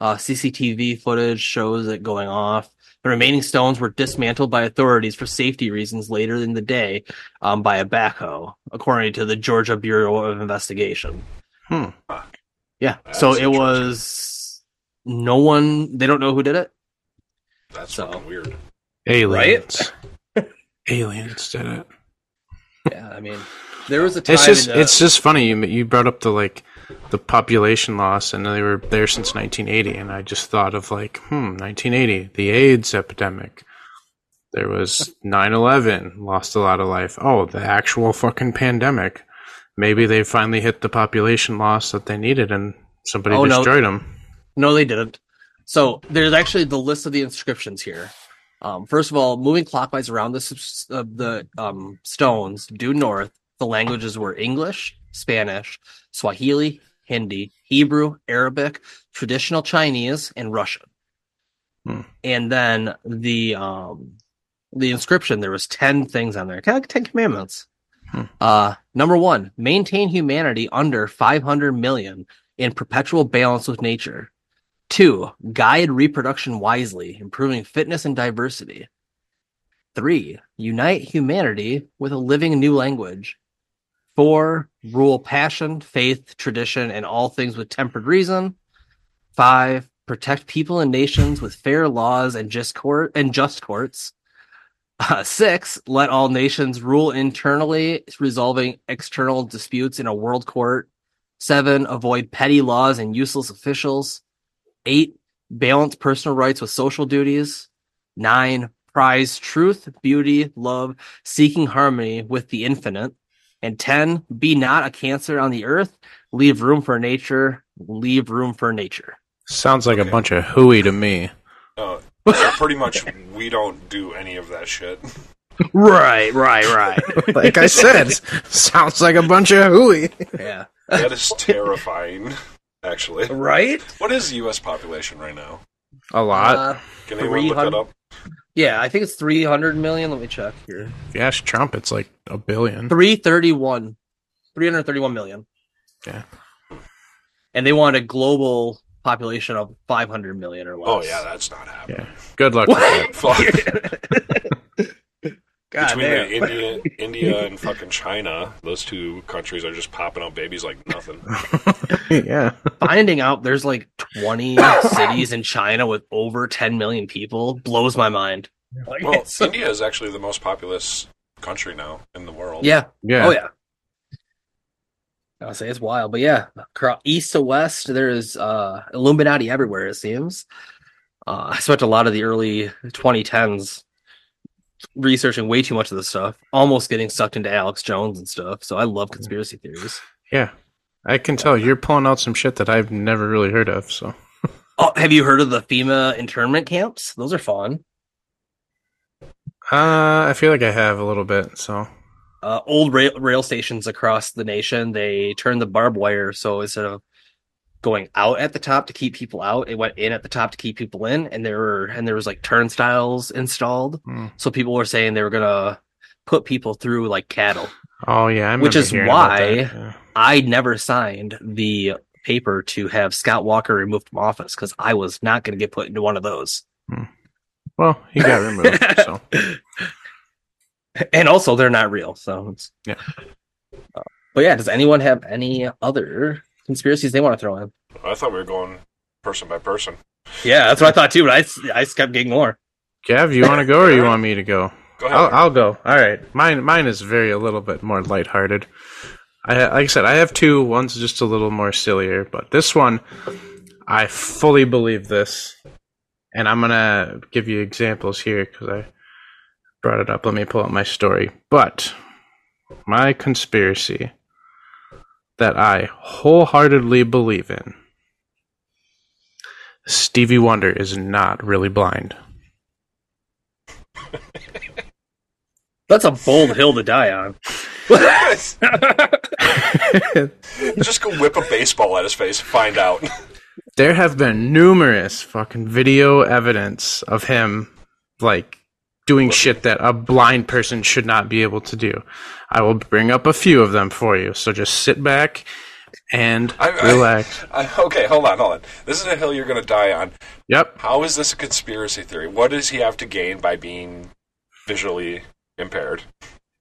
S2: Uh, CCTV footage shows it going off. The remaining stones were dismantled by authorities for safety reasons later in the day um, by a backhoe, according to the Georgia Bureau of Investigation.
S1: Hmm.
S2: Yeah,
S3: That's
S2: so it
S3: interesting.
S2: was no one. They don't know who did it.
S3: That's
S2: so-
S3: fucking weird.
S1: aliens. (laughs) aliens did it.
S2: Yeah, I (sighs) mean, there was a time.
S1: It's just
S2: in the-
S1: it's just funny you you brought up the like the population loss and they were there since 1980 and I just thought of like hmm 1980 the AIDS epidemic there was 9/11 lost a lot of life oh the actual fucking pandemic maybe they finally hit the population loss that they needed and somebody
S2: Oh, no.
S1: destroyed them
S2: No, they didn't. So there's actually the list of the inscriptions here. Um, first of all, moving clockwise around the subs- uh, the um, stones due north, the languages were English, Spanish, Swahili, Hindi, Hebrew, Arabic, traditional Chinese, and Russian.
S1: Hmm.
S2: And then the um, the inscription there was ten things on there, kind of like Ten Commandments.
S1: Hmm.
S2: Uh, number one, maintain humanity under 500 million in perpetual balance with nature. Two, guide reproduction wisely, improving fitness and diversity. Three, unite humanity with a living new language. Four, rule passion, faith, tradition, and all things with tempered reason. Five, protect people and nations with fair laws and just court and just courts. Uh, six, let all nations rule internally, resolving external disputes in a world court. Seven, avoid petty laws and useless officials. Eight, balance personal rights with social duties. Nine, prize truth, beauty, love, seeking harmony with the infinite. And 10, be not a cancer on the earth. Leave room for nature. Leave room for nature.
S1: Sounds like
S3: Okay.
S1: a bunch of hooey to me.
S3: Uh, so pretty much, we don't do any of that shit.
S2: (laughs) Right, right, right. (laughs)
S1: Like I said, sounds like a bunch of hooey.
S2: yeah.
S3: That is
S2: (laughs)
S3: terrifying. Actually,
S2: Right?
S3: what is the U.S. population right now?
S1: A lot.
S2: Uh,
S3: Can anyone look that
S2: 300?
S3: up?
S2: yeah, I think it's 300 million. Let me check.
S1: if you ask Trump, it's like a
S2: Mm-hmm.
S1: billion.
S2: 331. 331 million.
S1: Yeah.
S2: And they want a global population of 500 million or less.
S3: Oh yeah, that's not happening.
S1: Yeah. Good luck with
S2: (laughs)
S3: (laughs)
S1: that.
S3: Fuck.
S2: God
S3: Between
S2: damn.
S3: the India,
S2: (laughs)
S3: India and fucking China, those two countries are just popping out babies like
S2: (laughs)
S3: nothing.
S1: yeah.
S2: finding out there's like (coughs) 20 cities in China with over 10 million people blows my mind. Like, (laughs)
S3: Well,
S2: it's-
S3: India is actually the most populous country now in the world.
S2: yeah.
S1: Yeah.
S2: Oh, yeah. I'll say it's wild, but yeah, acro- east to west, there is uh, Illuminati everywhere, it seems. Uh, I spent a lot of the early 2010s researching way too much of this stuff, almost getting sucked into Alex Jones and stuff. So I love conspiracy theories.
S1: Yeah. I can tell you're pulling out some shit that I've never really heard of. So
S2: Oh, have you heard of the FEMA internment camps? Those are fun.
S1: uh, I feel like I have a little bit. So
S2: uh, old rail, rail stations across the nation. They turned the barbed wire, so instead of going out at the top to keep people out, it went in at the top to keep people in. And there were and there was like turnstiles installed,
S1: mm.
S2: so people were saying they were gonna put people through like cattle.
S1: oh yeah, I remember
S2: Which is
S1: hearing about
S2: why-
S1: that, yeah.
S2: I never signed the paper to have Scott Walker removed from office because I was not going to get put into one of those. (laughs)
S1: Well, he got removed. so
S2: and also, they're not real. So, it's...
S1: Yeah.
S2: Uh, but yeah, does anyone have any other conspiracies they want to throw in?
S3: I thought we were going person by person.
S2: Yeah, that's what I thought too. But I, s- I just kept getting more.
S1: Kev, you want to go or you want me to go?
S3: Go ahead.
S1: I'll,
S2: Oh,
S1: I'll go. All right. Mine mine is very a little bit more lighthearted. I like I said, I have two. One's just a little more sillier, but this one, I fully believe this, and I'm gonna give you examples here because I brought it up. Let me pull up my story. But my conspiracy that I wholeheartedly believe in: Stevie Wonder is not really blind.
S2: That's a bold hill to die on. (laughs)
S3: Just go whip a baseball at his face. Find
S2: (laughs)
S3: out. (laughs)
S1: there have been numerous fucking video evidence of him like doing shit that a blind person should not be able to do. I will bring up a few of them for you. So just sit back and
S3: I- I-
S1: relax.
S3: I, okay, hold on, hold on. This is a hill you're going to die on.
S1: yep.
S3: How is this a conspiracy theory? What does he have to gain by being visually impaired?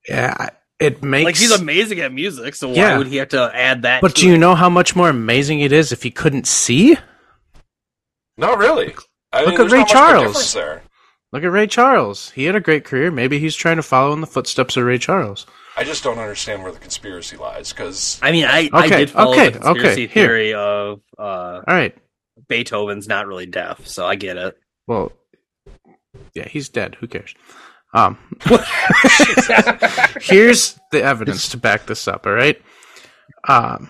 S1: Yeah, I- it makes
S2: Like he's amazing at music, so why
S1: Yeah.
S2: would he have to add that?
S1: But
S2: to
S1: do you
S2: it?
S1: know how much more amazing it is if he couldn't see?
S3: No, really. I
S1: Look at
S3: there's
S1: Ray
S3: not much of a
S1: Charles.
S3: difference There.
S1: Look at Ray Charles. He had a great career. Maybe he's trying to follow in the footsteps of Ray Charles.
S3: I just don't understand where the conspiracy lies because
S2: I mean, I, I
S1: Okay,
S2: did follow
S1: okay,
S2: the conspiracy
S1: okay, here.
S2: theory of
S1: All
S2: uh,
S1: right.
S2: Beethoven's not really deaf, so I
S1: (laughs)
S2: get it. (laughs)
S1: Well, yeah, he's dead. Who cares? Um, here's the evidence to back this up. All right. Um,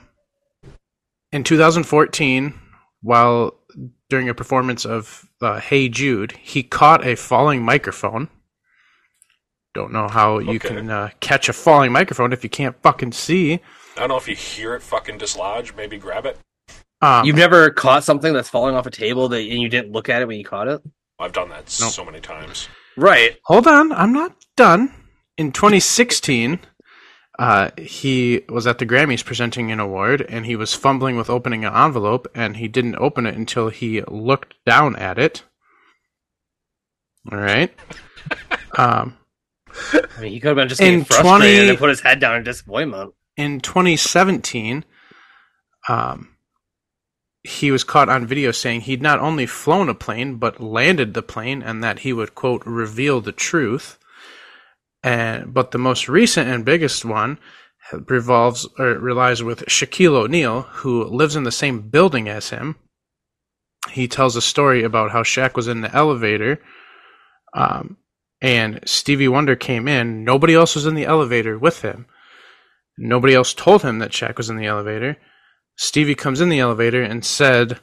S1: in 2014, while during a performance of uh, Hey Jude, he caught a falling microphone. Don't know how you
S3: Okay.
S1: can uh, catch a falling microphone if you can't fucking see.
S3: I don't know if you hear it fucking dislodge. Maybe grab it.
S1: Um,
S2: You've never caught something that's falling off a table that and you didn't look at it when you caught it.
S3: I've done that
S1: No.
S3: so many times.
S2: Right.
S1: Hold on, I'm not done. In 2016, uh, he was at the Grammys presenting an award, and he was fumbling with opening an envelope, and he didn't open it until he looked down at it. All right. Um,
S2: I mean, he could have been just
S1: In
S2: getting frustrated
S1: 20
S2: and put his head down in disappointment.
S1: in 2017, um, he was caught on video saying he'd not only flown a plane but landed the plane, and that he would quote reveal the truth. And but the most recent and biggest one revolves or relies with Shaquille O'Neal, who lives in the same building as him. He tells a story about how Shaq was in the elevator. Um, and Stevie Wonder came in. Nobody else was in the elevator with him. Nobody else told him that Shaq was in the elevator. Stevie comes in the elevator and said,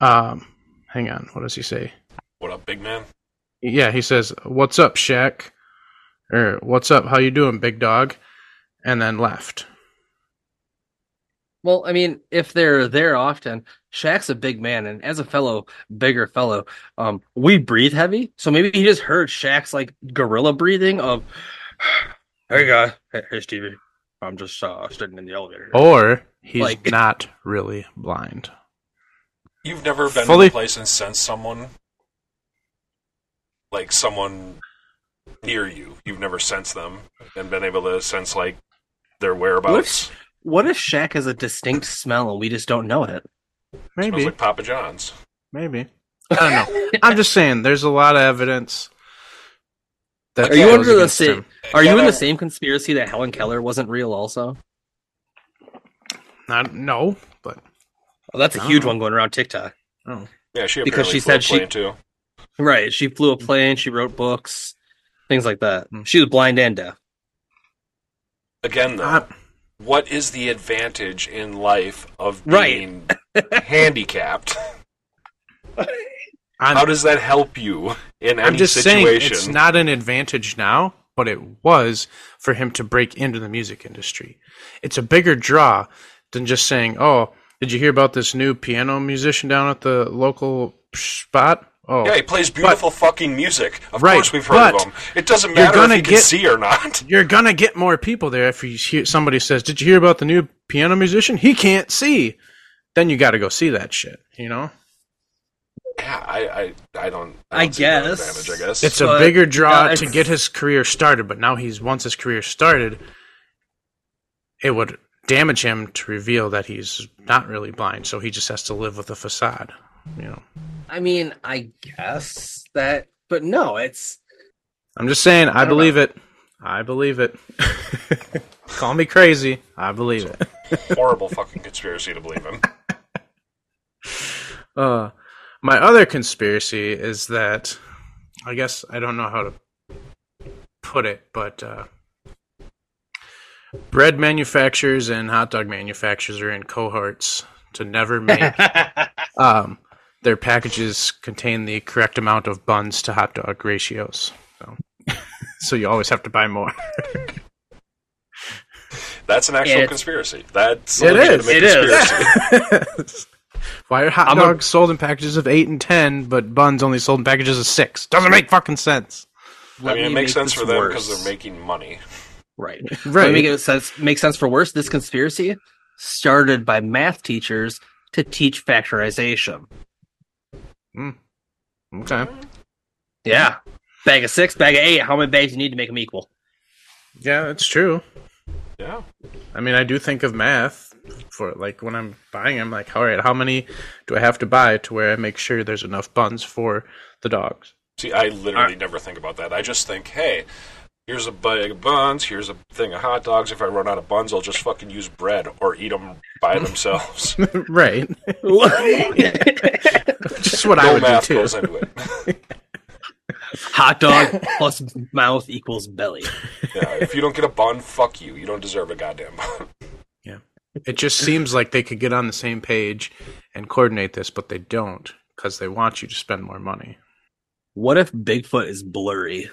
S1: um, hang on, what does he say?
S3: What up, big man?
S1: Yeah, he says, "What's up, Shaq?" or "What's up? How you doing, big dog?" and then left.
S2: Well, I mean, if they're there often, Shaq's a big man, and as a fellow, bigger fellow, um, we breathe heavy. So maybe he just heard Shaq's like gorilla breathing of, (sighs) "Hey guy, hey, hey Stevie, I'm just uh, sitting in the elevator."
S1: Or he's
S2: Like-
S1: not really blind.
S3: You've never been
S1: Fully-
S3: to a place and sensed someone like someone near you. You've never sensed them and been able to sense like their whereabouts.
S2: What if Shaq has a distinct smell and we just don't know it?
S1: Maybe,
S3: Smells like Papa John's.
S1: maybe. I
S2: (laughs)
S1: don't know. I'm just saying, there's a lot of evidence. That
S2: Are you
S1: goes
S2: under the
S1: against
S2: sea?
S1: him.
S2: Are
S3: Yeah,
S2: you in the
S3: that-
S2: same conspiracy that Helen Keller wasn't real? Also,
S1: Not no, but
S2: oh, that's a
S1: I
S2: huge
S1: don't know.
S2: one going around TikTok.
S1: oh,
S3: Yeah, she
S2: Because
S3: apparently
S2: she
S3: flew a
S2: said she-
S3: plane, too.
S2: Right? She flew a plane. She wrote books, things like that.
S1: Hmm.
S2: She was blind and deaf.
S3: Again, though,
S1: I-
S3: what is the advantage in life of
S2: Right.
S3: being (laughs) handicapped?
S1: I'm,
S3: How does that help you in any
S1: I'm just
S3: situation?
S1: saying it's not an advantage now, but it was for him to break into the music industry. It's a bigger draw than just saying, "Oh, did you hear about this new piano musician down at the local spot?" Oh,
S3: yeah, he plays beautiful fucking music. Of
S1: Right,
S3: course, we've heard
S1: but
S3: of him. It doesn't
S1: you're
S3: matter if
S1: gonna
S3: he can
S1: get-
S3: see or not. (laughs)
S1: you're gonna get more people there if you hear somebody says, "Did you hear about the new piano musician? He can't see." Then you got to go see that shit. You know,
S3: Yeah, I, I, I don't.
S2: I
S3: I, don't see that
S2: guess.
S3: advantage, I guess
S1: it's
S2: So,
S1: a bigger draw
S2: yeah,
S1: to
S2: it's-
S1: get his career started. But now he's once his career started, it would damage him to reveal that he's not really blind. So he just has to live with the facade. You know,
S2: I mean, I guess that, but no, it's
S1: I'm just saying. I,
S2: don't
S1: believe it. I believe it. (laughs) Call me crazy. I believe it.
S3: horrible fucking conspiracy to believe him.
S1: Uh, my other conspiracy is that I guess I don't know how to put it, but uh, bread manufacturers and hot dog manufacturers are in cohorts to
S2: (laughs)
S1: never make um, their packages contain the correct amount of buns to hot dog ratios.
S2: (laughs)
S1: So, so you always have to buy more.
S3: That's an actual
S2: It-
S3: conspiracy. That's a
S1: It is.
S3: legitimate
S2: It is. (laughs)
S3: conspiracy.
S1: Why are hot
S2: I'm a-
S1: dogs sold in packages of eight and ten, but buns only sold in packages of six? Doesn't make fucking sense.
S3: I
S2: Let
S3: mean, it
S2: me
S3: makes
S2: make
S3: sense
S2: this
S3: for them
S2: worse.
S3: because they're making money. (laughs)
S2: right.
S1: Right.
S2: Let me make it sense. Make sense for worse. This conspiracy started by math teachers to teach factorization.
S1: Okay.
S2: Yeah, bag of six, bag of eight. How many bags you need to make them (laughs) equal?
S1: Yeah, it's true.
S3: Yeah,
S1: I mean, I do think of math for like when I'm buying. I'm like, all right, how many do I have to buy to where I make sure there's enough buns for the dogs?
S3: See, I literally never think about that. I just think, hey, here's a bag of buns, here's a thing of hot dogs. If I run out of buns, I'll just fucking use bread or eat them by themselves. no
S1: right. (laughs) Just what I would
S3: math
S1: do too.
S3: goes into it.
S2: Hot dog plus mouth equals belly.
S3: Yeah, if you don't get a bun, fuck you. You don't deserve a goddamn bun.
S1: It just seems like they could get on the same page and coordinate this, but they don't because they want you to spend more money.
S2: What if Bigfoot is blurry?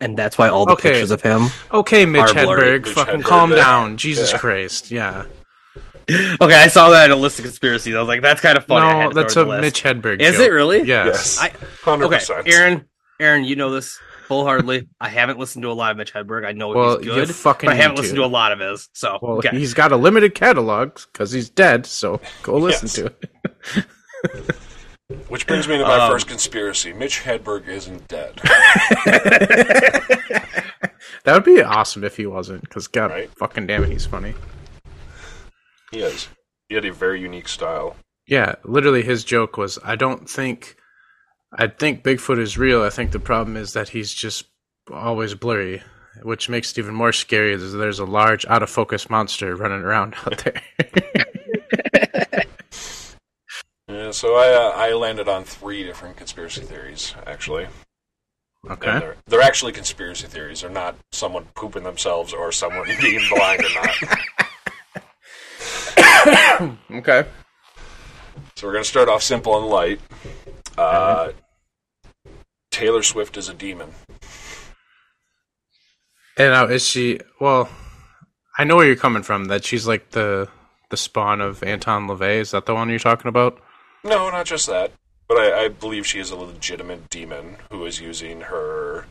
S2: And that's why all the
S1: Okay.
S2: pictures of him.
S1: Okay, Mitch
S2: Our blurry
S1: Hedberg,
S3: Mitch
S1: fucking
S3: Hedberg.
S2: (laughs)
S1: calm down. Jesus
S3: Yeah.
S1: Christ. Yeah.
S2: Okay, I saw that in a list of conspiracies. I was like, that's kind of funny. I had
S1: no,
S2: to
S1: that's a
S2: throw it in the
S1: Mitch
S2: list.
S1: Hedberg.
S2: Is
S1: joke.
S2: it really?
S1: Yes.
S3: Yes,
S2: I-
S3: hundred
S2: Okay,
S3: percent.
S2: Aaron, Aaron, you know this. wholeheartedly. I haven't listened to a lot of Mitch Hedberg. I know
S1: Well,
S2: he's
S1: you
S2: good,
S1: fucking
S2: but I haven't
S1: need
S2: listened
S1: to.
S2: to a lot of his. So
S1: Well,
S2: okay.
S1: he's got a limited catalog because he's dead, so go listen
S3: Yes.
S1: to it.
S3: Which brings me to my
S2: Um,
S3: first conspiracy. Mitch Hedberg isn't dead.
S1: (laughs) That would be awesome if he wasn't, because God
S3: Right.
S1: fucking damn it, he's funny.
S3: he is. He had a very unique style.
S1: Yeah, literally his joke was, I don't think, I think Bigfoot is real. I think the problem is that he's just always blurry, which makes it even more scary. Is there's a large, out of focus monster running around (laughs) out there.
S3: Yeah, so I uh, I landed on three different conspiracy theories actually. And
S1: okay.
S3: they're, they're actually conspiracy theories. They're not someone pooping themselves or someone (laughs) being blind or
S2: (laughs)
S3: not.
S1: Okay.
S3: So we're gonna start off simple and light.
S2: Uh-huh.
S3: Uh, Taylor Swift is a demon.
S1: And now is she? Well, I know where you're coming from. That she's like the the spawn of Anton LaVey. Is that the one you're talking about?
S3: No, not just that. But I, I believe she is a legitimate demon who is using her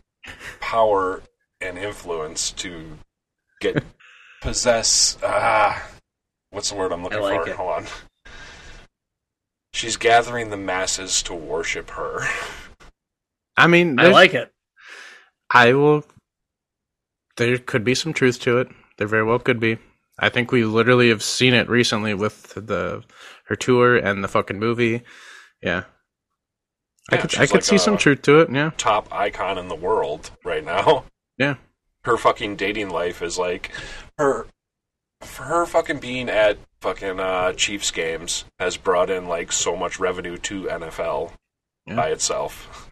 S3: power and influence to
S2: (laughs)
S3: get possess. Ah, what's the word I'm looking
S2: I like
S3: for?
S2: it.
S3: Hold on. She's gathering the masses to worship her.
S1: I mean,
S2: I
S1: there's-
S2: like it.
S1: I will. There could be some truth to it. There very well could be. I think we literally have seen it recently with the her tour and the fucking movie. Yeah, I
S3: Yeah,
S1: could I
S3: she's
S1: could
S3: like
S1: see some
S3: a
S1: truth to it. Yeah,
S3: Top icon in the world right now.
S1: yeah.
S3: her fucking dating life is like her for her fucking being at fucking uh, Chiefs games has brought in like so much revenue to NFL
S1: Yeah.
S3: by itself.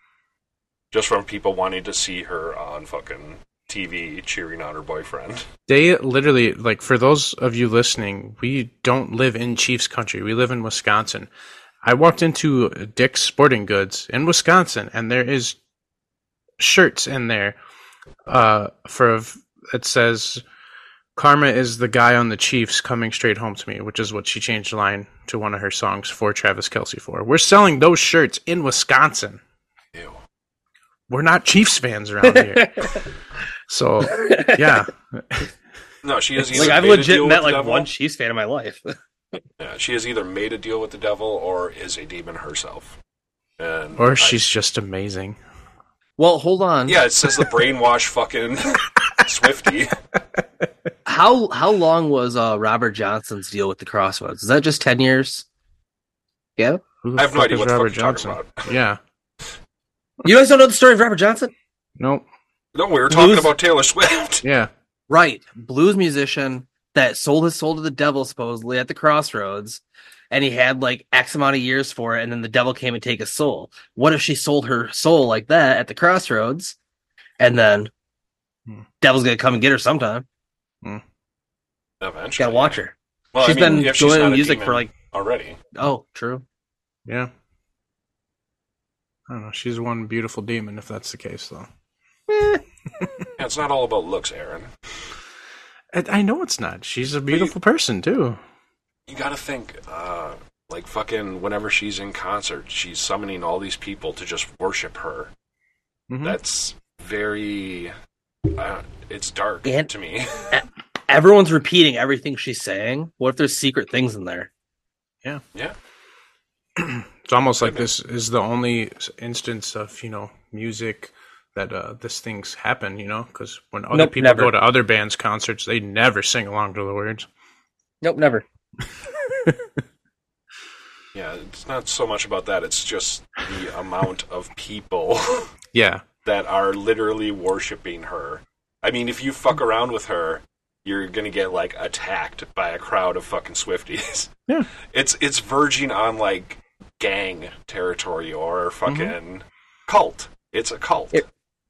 S3: Just from people wanting to see her on fucking TV cheering on her boyfriend.
S1: They literally like for those of you listening, we don't live in Chiefs country. We live in Wisconsin. I walked into Dick's Sporting Goods in Wisconsin, and there is shirts in there uh, for it says "Karma is the guy on the Chiefs coming straight home to me," which is what she changed the line to one of her songs for Travis Kelsey for. We're selling those shirts in Wisconsin.
S3: Ew.
S1: We're not Chiefs fans around here, so yeah.
S3: No, she has either
S2: Like I've
S3: made a
S2: legit
S3: deal
S2: met
S3: with the
S2: like
S3: devil-
S2: one Chiefs fan in my life. (laughs)
S3: Yeah, she has either made a deal with the devil or is a demon herself. And I-
S1: Or she's just amazing.
S2: well, hold on.
S3: yeah, it says the brainwash
S2: (laughs)
S3: fucking Swifty.
S2: How how long was uh, Robert Johnson's deal with the Crossroads? Is that just ten years? Yeah.
S1: Who the
S3: I have no
S1: fuck
S3: idea
S1: is
S3: what the fuck
S1: Robert
S3: you're talking
S1: Johnson?
S3: about.
S1: Yeah.
S2: You guys don't know the story of Robert Johnson?
S1: Nope.
S3: No, we were talking
S2: Lose-
S3: about Taylor Swift. (laughs)
S1: Yeah.
S2: Right. Blues musician that sold his soul to the devil supposedly at the crossroads. And he had like X amount of years for it, and then the devil came and take his soul. What if she sold her soul like that at the crossroads? And then
S1: Hmm.
S2: devil's gonna come and get her sometime.
S3: Eventually.
S2: Gotta watch her.
S3: Well,
S2: she's
S3: I mean,
S2: been
S3: if she's
S2: doing
S3: not a
S2: music
S3: demon
S2: for like
S3: already.
S2: oh, true.
S1: Yeah. I don't know. She's one beautiful demon, if that's the case, though.
S3: Yeah, it's not all about looks, Aaron.
S1: I, I know it's not. She's a beautiful person too.
S3: You got to think, uh, like fucking whenever she's in concert, she's summoning all these people to just worship her.
S2: Hmm?
S1: Mhm.
S3: That's very, uh, it's dark
S2: And-
S3: to me. (laughs)
S2: Everyone's repeating everything she's saying. What if there's secret things in there?
S3: yeah,
S1: It's almost like this is the only s- instance of you know music that uh, this things happen. You know, because when other
S2: Nope,
S1: people
S2: never.
S1: go to other bands' concerts, they never sing along to the words.
S2: Nope, never.
S3: yeah. It's not so much about that. It's just the amount of people (laughs)
S1: Yeah.
S3: that are literally worshiping her. I mean, if you fuck around with her, you're gonna get like attacked by a crowd of fucking Swifties. (laughs)
S1: Yeah.
S3: It's it's verging on like gang territory or
S1: Mm-hmm.
S3: fucking cult. It's a cult.
S2: It-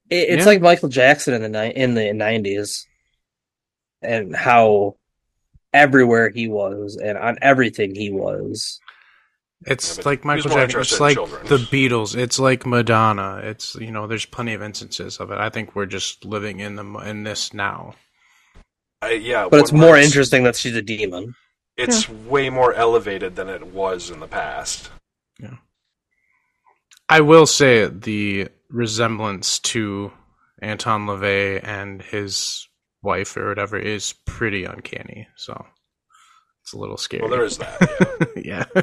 S2: It, it's
S1: Yeah.
S2: like Michael Jackson in the ni- in the nineties, and how everywhere he was and on everything he was.
S1: It's
S3: Yeah, but
S1: like
S3: who's
S1: Michael
S3: more
S1: Jackson.
S3: interested
S1: It's
S3: in
S1: like
S3: children?
S1: the Beatles. It's like Madonna. It's you know, there's plenty of instances of it. I think we're just living in the mo- in this now.
S3: I, yeah,
S2: But it's
S3: one
S2: more
S3: where
S2: interesting that she's a demon.
S3: It's way more elevated than it was in the past.
S1: I will say the resemblance to Anton LaVey and his wife or whatever is pretty uncanny. So it's a little scary.
S3: Well, there is that.
S2: (laughs)
S3: Yeah.
S1: (laughs) yeah.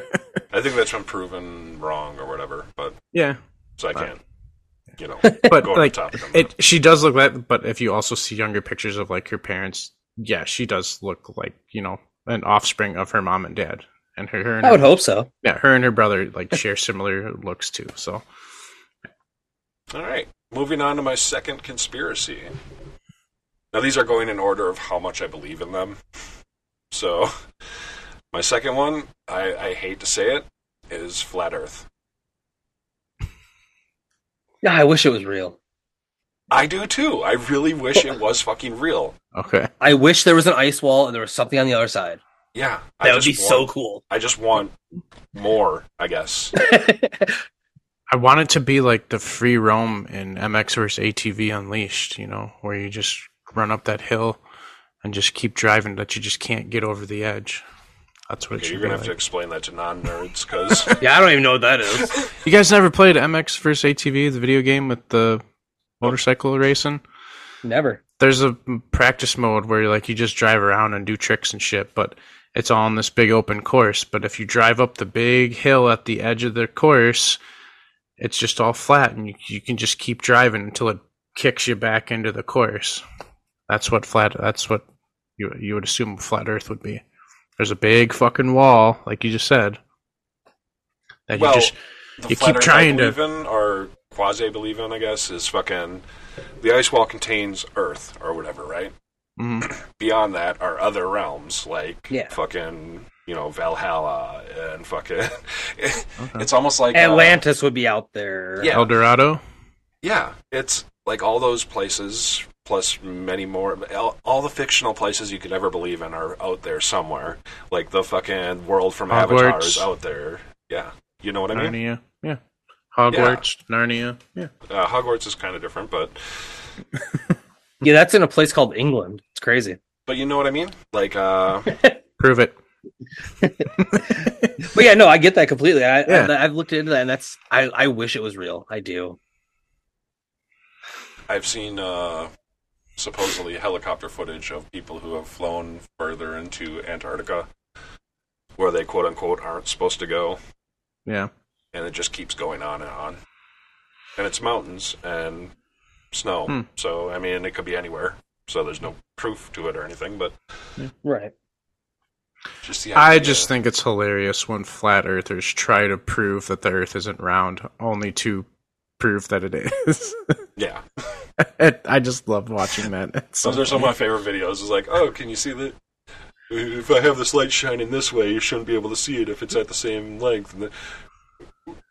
S3: I think that's been proven wrong or whatever, but
S1: yeah.
S3: so I
S1: Right.
S3: can't, you
S2: (laughs)
S3: know,
S1: But
S3: go on
S1: like
S3: the topic. on
S1: it she does look like but if you also see younger pictures of like her parents, yeah, she does look like, you know, an offspring of her mom and dad. And her, her and
S2: I
S1: her,
S2: would hope so.
S1: yeah, her and her brother
S2: (laughs)
S1: like share similar looks too. So
S3: that. All right, moving on to my second conspiracy. Now these are going in order of how much I believe in them. So my second one, I, I hate to say it, is flat Earth.
S2: Yeah, I wish it was real.
S3: I do too. I really wish it was fucking real.
S1: okay.
S2: I wish there was an ice wall and there was something on the other side.
S3: Yeah, I
S2: That would
S3: just
S2: be
S3: want,
S2: so cool.
S3: I just want more. I guess.
S1: I want it to be like the free roam in MX versus ATV Unleashed, you know, where you just run up that hill and just keep driving that you just can't get over the edge. That's what it
S3: Okay,
S1: should
S3: you're
S1: be.
S3: gonna have
S1: like.
S3: to explain that to non-nerds because
S2: (laughs) yeah, I don't even know what that is.
S1: You guys never played MX versus ATV, the video game with the motorcycle racing?
S2: (laughs) Never.
S1: There's a practice mode where like you just drive around and do tricks and shit, but it's all in this big open course. But if you drive up the big hill at the edge of the course, it's just all flat, and you, you can just keep driving until it kicks you back into the course. That's what flat. That's what you you would assume flat Earth would be. There's a big fucking wall, like you just said. That you
S3: Well,
S1: just
S3: the
S1: You
S3: flat
S1: keep
S3: Earth
S1: trying
S3: I
S1: to-
S3: believe in, or quasi believe in, I guess, is fucking the ice wall contains Earth or whatever, right?
S1: mhm.
S3: Beyond that are other realms like
S2: Yeah.
S3: fucking you know Valhalla and fucking. (laughs)
S1: Okay.
S3: It's almost like uh,
S2: Atlantis would be out there.
S3: Yeah.
S1: El Dorado.
S3: yeah, it's like all those places plus many more. All, all the fictional places you could ever believe in are out there somewhere. Like the fucking world from Avatar
S1: Hogwarts.
S3: is out there. Yeah, you know what I mean.
S1: Narnia. Yeah. Hogwarts, Narnia. Yeah.
S3: Uh, Hogwarts is kind of different, but
S2: Yeah, that's in a place called England. It's crazy.
S3: but you know what I mean. Like uh,
S1: Prove it.
S2: But yeah, no, I get that completely. I,
S1: Yeah.
S2: I I've looked into that, and that's I I wish it was real. I do.
S3: I've seen uh, supposedly helicopter footage of people who have flown further into Antarctica, where they quote unquote aren't supposed to go,
S1: Yeah.
S3: and it just keeps going on and on. And it's mountains and snow,
S1: Hmm.
S3: so I mean it could be anywhere. So there's no proof to it or anything, but
S2: Right.
S3: just the
S1: I
S3: idea.
S1: just think it's hilarious when flat earthers try to prove that the earth isn't round only to prove that it is. (laughs)
S3: yeah.
S1: I just love watching that. It's so
S3: Those are some of
S1: funny.
S3: my favorite videos. It's like, oh, can you see that? If I have this light shining this way, you shouldn't be able to see it if it's at the same length. And the,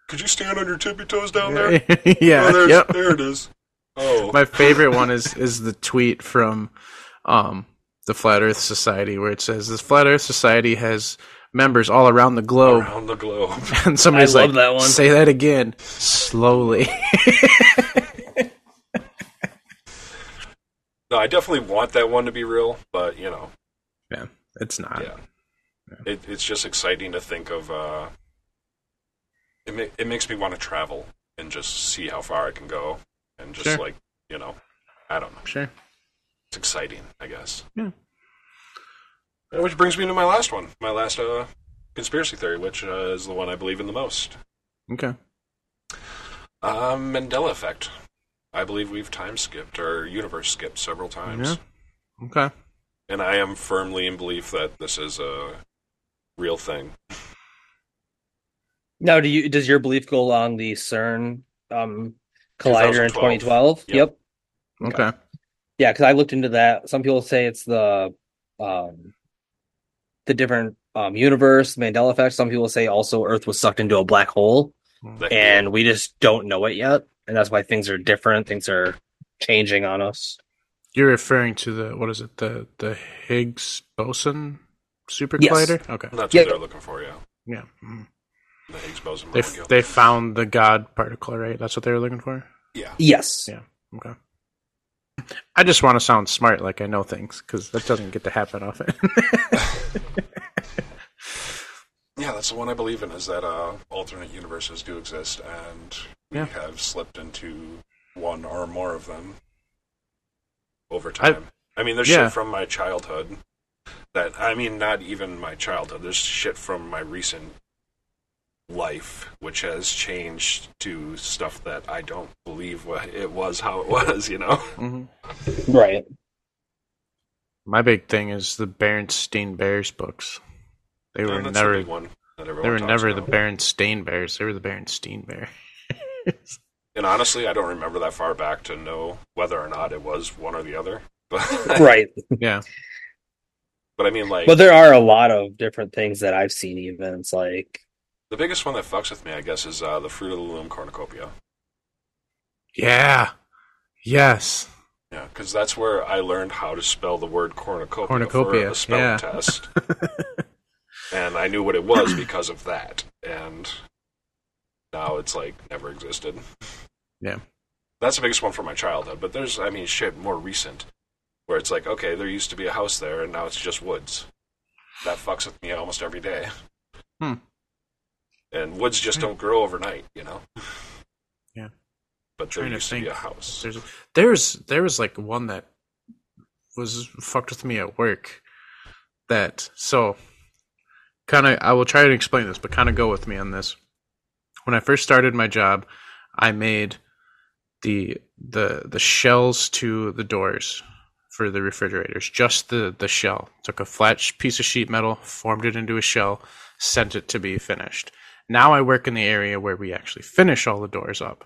S3: Could you stand on your tippy toes down there?
S1: (laughs) yeah.
S3: Oh, there's-
S1: yep.
S3: there it is. Oh,
S1: my favorite one is is the tweet from um the Flat Earth Society where it says the Flat Earth Society has members all around the globe
S3: around the globe. (laughs)
S1: (laughs) and somebody's
S2: I
S1: like
S2: love that one.
S1: say that again slowly. (laughs)
S3: No, I definitely want that one to be real, but you know,
S1: it's not.
S3: Yeah. it, it's just exciting to think of. Uh, it ma- it makes me want to travel and just see how far I can go, and just
S1: Sure.
S3: like you know, I don't know.
S1: Sure.
S3: it's exciting, I guess.
S1: Yeah.
S3: Uh, Which brings me to my last one, my last uh, conspiracy theory, which uh, is the one I believe in the most.
S1: Okay.
S3: Uh, Mandela effect. I believe we've time skipped or universe skipped several times,
S1: Yeah. Okay.
S3: and I am firmly in belief that this is a real thing.
S2: Now, do you does your belief go along the CERN um collider in
S3: 2012?
S2: 2012?
S3: Yep.
S2: Yep.
S1: Okay.
S2: Yeah, because I looked into that. Some people say it's the um the different um universe Mandela effect. Some people say also Earth was sucked into a black hole
S3: That-
S2: and we just don't know it yet, and that's why things are different. Things are changing on us.
S1: You're referring to the what is it the the Higgs boson super
S2: Yes.
S1: collider? Okay.
S3: that's
S2: Yeah.
S3: what they're looking for, yeah.
S1: Yeah. Mm.
S3: The Higgs boson.
S1: They
S3: molecule.
S1: they found the God particle, right? That's what they were looking for.
S3: yeah.
S2: Yes.
S1: Yeah. Okay. I just want to sound smart, like I know things, because that doesn't get to happen often. (laughs)
S3: Yeah, that's the one I believe in is that uh, alternate universes do exist, and we
S1: Yeah.
S3: have slipped into one or more of them. over time. I, mean, there's
S1: yeah.
S3: shit from my childhood that I mean, not even my childhood. There's shit from my recent life which has changed to stuff that I don't believe what it was how it was. You know,
S2: Right.
S1: Mm-hmm. My big thing is the Berenstain Bears books. They were
S3: And that's a
S1: never
S3: big one. that
S1: they
S3: everyone
S1: were
S3: talks
S1: never
S3: about.
S1: the Berenstain Bears. They were the Berenstain Bears. (laughs)
S3: And honestly, I don't remember that far back to know whether or not it was one or the other. But
S2: Right.
S1: yeah.
S3: but I mean, like
S2: But there are a lot of different things that I've seen even. It's like
S3: the biggest one that fucks with me, I guess, is uh, the Fruit of the Loom cornucopia.
S1: Yeah. Yes. (laughs)
S3: Yeah, because that's where I learned how to spell the word cornucopia,
S1: Cornucopia,
S3: for the spelling
S1: yeah.
S3: test, and I knew what it was because of that. And now it's like never existed.
S1: Yeah.
S3: that's the biggest one from my childhood. But there's, I mean, shit more recent where it's like, okay, there used to be a house there, and now it's just woods. That fucks with me almost every day.
S1: Hmm.
S3: And woods just don't grow overnight, you know.
S1: Yeah.
S3: But there
S1: Trying to
S3: used to, be a
S1: think.
S3: house.
S1: There's there's there was like one that was fucked with me at work. That so kind of I will try to explain this, but kind of go with me on this. When I first started my job, I made the the the shells to the doors for the refrigerators. Just the the shell. Took a flat sh- piece of sheet metal, formed it into a shell, sent it to be finished. Now I work in the area where we actually finish all the doors up.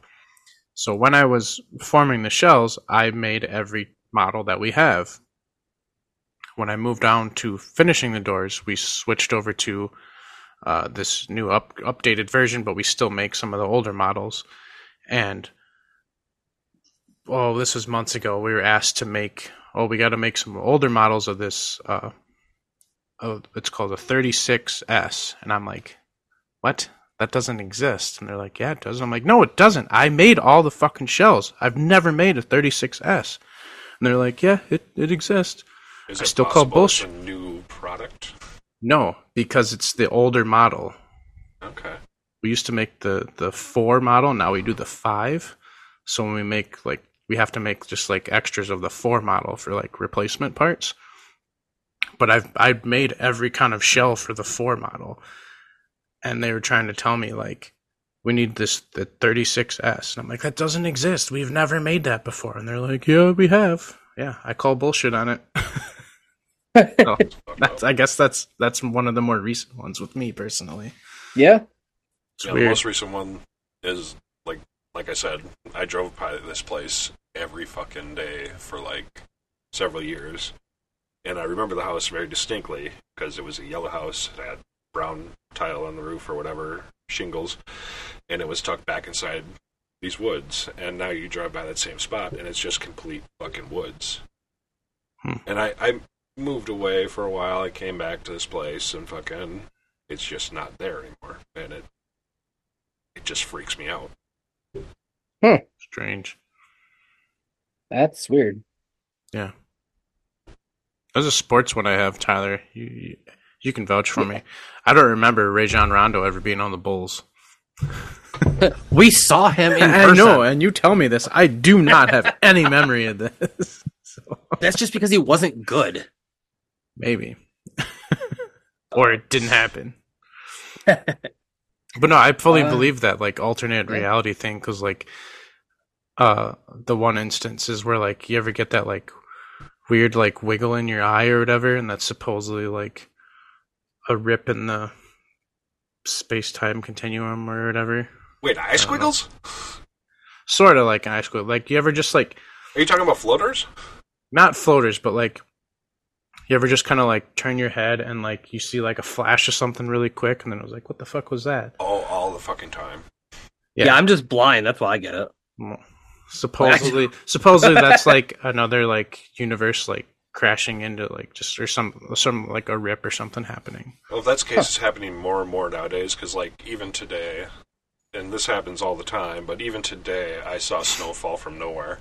S1: So when I was forming the shells, I made every model that we have. When I moved down to finishing the doors, we switched over to uh, this new up- updated version, but we still make some of the older models. And oh, this was months ago. We were asked to make oh, we got to make some older models of this. Uh, oh, it's called a 36S, and I'm like, what? That doesn't exist. And they're like, yeah, it does. I'm like, no, it doesn't. I made all the fucking shells. I've never made a 36S. And they're like, yeah, it, it exists.
S3: Is
S1: I
S3: it
S1: still call
S3: possible it's
S1: bullshit.
S3: A new product.
S1: No, because it's the older model.
S3: Okay.
S1: We used to make the, the four model. Now we do the five. So when we make like, we have to make just like extras of the four model for like replacement parts. But I've, I've made every kind of shell for the four model. And they were trying to tell me like, we need this the 36s and i'm like that doesn't exist we've never made that before and they're like yeah we have yeah i call bullshit on it so, that's, i guess that's that's one of the more recent ones with me personally
S2: yeah.
S1: it's
S3: Yeah, the
S1: weird
S3: most recent one is like like I said, I drove by this place every fucking day for like several years, and I remember the house very distinctly because it was a yellow house. It had brown tile on the roof or whatever shingles, and it was tucked back inside these woods. And now you drive by that same spot, and it's just complete fucking woods.
S1: Hmm.
S3: And I I moved away for a while. I came back to this place, and fucking. It's just not there anymore, and it it just freaks me out.
S1: strange
S2: That's weird.
S1: yeah there's a sports one i have tyler you you, you can vouch for me i don't remember rajon rondo ever being on the bulls
S2: We saw him
S1: (laughs)
S2: in
S1: i
S2: person.
S1: know and you tell me this i do not
S2: (laughs)
S1: have any memory of this (laughs) so
S2: That's just because he wasn't good.
S1: Maybe. (laughs) or it didn't happen. but no, I fully
S2: Uh,
S1: believe that like alternate
S2: yeah.
S1: reality thing cuz like uh the one instance is where like you ever get that like weird like wiggle in your eye or whatever and that's supposedly like a rip in the space-time continuum or whatever.
S3: Wait, eye squiggles?
S1: Sort of like in high school. Like you ever just like
S3: Are you talking about floaters?
S1: not floaters, but like you ever just kind of like turn your head and like you see like a flash of something really quick, and then it was like, what the fuck was that?
S3: Oh, all the fucking time.
S1: Yeah.
S2: Yeah. I'm just blind. That's why I get it.
S1: Well, Supposedly,
S2: (laughs)
S1: supposedly that's like another like universe like crashing into like just or some some like a rip or something happening.
S3: Well, if that's the case, it's happening more and more nowadays because, like, even today, and this happens all the time, but even today, I saw snow fall from nowhere.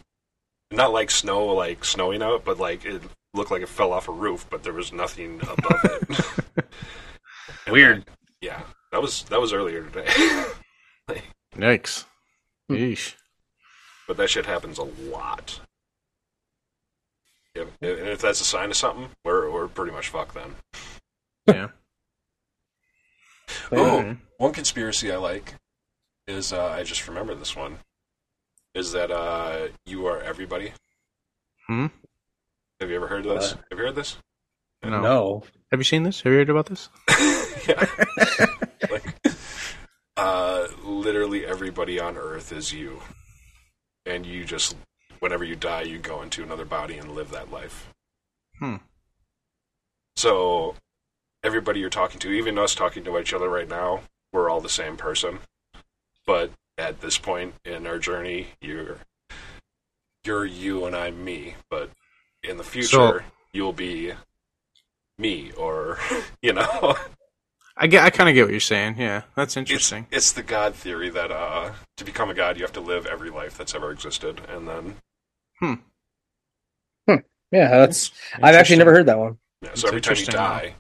S3: Not like snow, like snowing out, but like it looked like it fell off a roof, but there was nothing above it. And
S2: Weird.
S3: that- yeah, that was that was earlier today, (laughs)
S1: Yikes!
S2: Hmm.
S1: Yeesh.
S3: but that shit happens a lot. If, if- and if that's a sign of something, we're, we're pretty much fucked then.
S1: Yeah.
S3: Oh, One conspiracy I like is uh, I just remember this one is that uh, you are everybody.
S1: Hmm?
S3: Have you ever heard of this? Have you heard this?
S1: No.
S2: No.
S1: Have you seen this? Have you heard about this?
S3: yeah. (laughs) like, uh, literally everybody on Earth is you, and you just whenever you die, you go into another body and live that life.
S1: Hmm.
S3: So everybody you're talking to, even us talking to each other right now, we're all the same person. But at this point in our journey, you're you're you and I'm me. But in the future, you'll be me or (laughs) you know
S1: I get. I kind of get what you're saying. Yeah, that's interesting.
S3: It's, it's the God theory that uh, to become a god, you have to live every life that's ever existed, and then
S2: Yeah, that's. I've actually
S1: Interesting.
S2: never heard that one.
S3: yeah,
S1: That's
S3: so every time you
S1: interesting.
S3: die,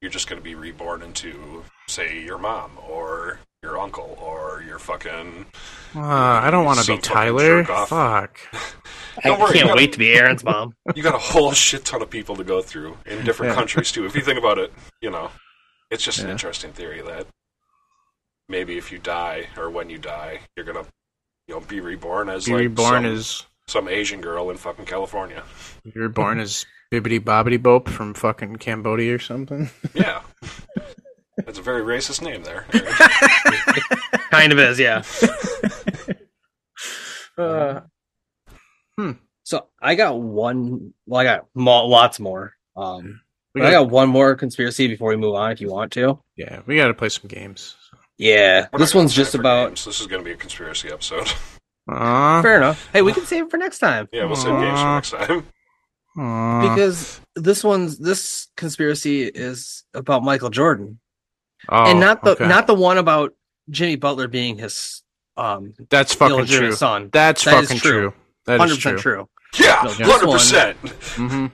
S3: you're just going to be reborn into, say, your mom or your uncle or your fucking.
S1: Uh, I don't want to
S3: Some
S1: be
S3: fucking
S1: Tyler.
S3: jerk off.
S1: Fuck.
S3: Don't worry, you got-
S2: to be Aaron's mom.
S3: You got a whole (laughs) shit ton of people to go through in different
S1: Yeah.
S3: countries too. If you think about it, you know, it's just an
S1: Yeah.
S3: interesting theory that maybe if you die or when you die, you're gonna, you know, be reborn as
S1: Be
S3: like
S1: reborn
S3: some,
S1: as
S3: some Asian girl in fucking California.
S1: be reborn as bibbity bobbity bope from fucking Cambodia or
S2: (laughs)
S1: something.
S3: Yeah. That's a very racist name there.
S2: kind of is, yeah.
S1: Uh,
S2: So I got one. Well, I got mo- lots more. Um,
S1: we
S2: but I
S1: got-
S2: got one more conspiracy before we move on. If you want to,
S1: yeah, we got to play some games.
S2: yeah.
S3: We're not
S2: this
S3: gonna
S2: one's
S3: have time
S2: just
S3: for
S2: about.
S3: games. This is going to be a conspiracy episode. (laughs)
S1: Aw.
S2: Fair enough. Hey, we can save it for next time
S3: Yeah, we'll save games for
S1: Aw.
S3: next time.
S1: Aw.
S2: because this one's this conspiracy is about Michael Jordan
S1: Oh,
S2: and not the
S1: okay.
S2: not the one about Jimmy Butler being his um
S1: that's fucking
S2: illegitimate
S1: true.
S2: son.
S1: That's
S2: That is
S1: fucking
S2: true.
S1: true. That
S2: Hundred
S1: is
S2: percent
S1: true.
S2: true.
S3: Yeah,
S2: No, this
S3: 100%.
S1: hmm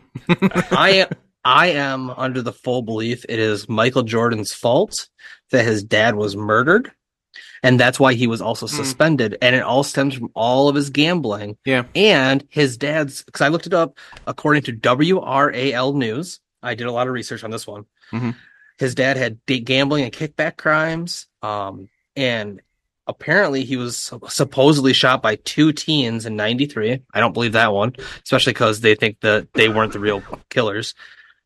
S1: (laughs)
S2: I am I am under the full belief it is Michael Jordan's fault that his dad was murdered. And that's why he was also
S1: Hmm.
S2: suspended. And it all stems from all of his gambling.
S1: Yeah.
S2: And his dad's, because I looked it up according to WRAL News. I did a lot of research on this one.
S1: Mhm.
S2: His dad had da- gambling and kickback crimes. Um, and apparently he was sup- supposedly shot by two teens in 93. I don't believe that one, especially because they think that they weren't the real killers.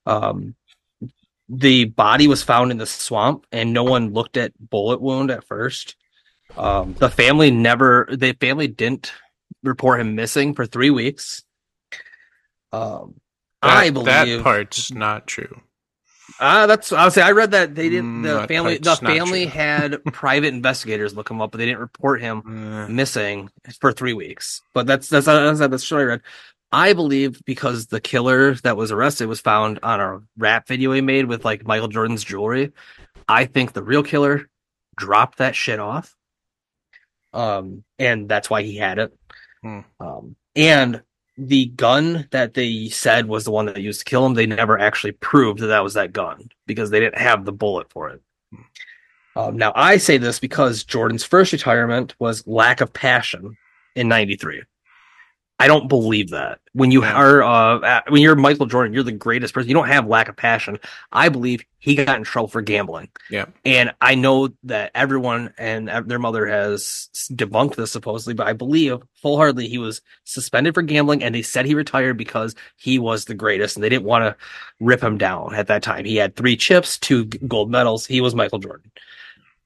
S2: Um, the body was found in the swamp and no one looked at bullet wound at first. Um, the family never, the family didn't report him missing for three weeks. Um, I believe
S1: that part's not true.
S2: uh, that's I would say I read that they
S1: Mm,
S2: didn't the
S1: that
S2: family the
S1: part's not
S2: family
S1: true. (laughs)
S2: had private investigators look him up, but they didn't report him
S1: Uh,
S2: missing for three weeks. But that's that's that's, that's the story I read. I believe because the killer that was arrested was found on a rap video he made with like Michael Jordan's jewelry. I think the real killer dropped that shit off, um, and that's why he had it.
S1: Hmm.
S2: Um, and the gun that they said was the one that they used to kill him, they never actually proved that that was that gun because they didn't have the bullet for it. Um, now, I say this because Jordan's first retirement was lack of passion in '93. I don't believe that. When you
S1: Yeah.
S2: are uh, at- when you're Michael Jordan, you're the greatest person. You don't have lack of passion. I believe he got in trouble for gambling.
S1: Yeah.
S2: and I know that everyone and ev- their mother has s- debunked this supposedly, but I believe full heartedly he was suspended for gambling, and they said he retired because he was the greatest, and they didn't want to rip him down at that time. He had three chips, two g- gold medals. He was Michael Jordan.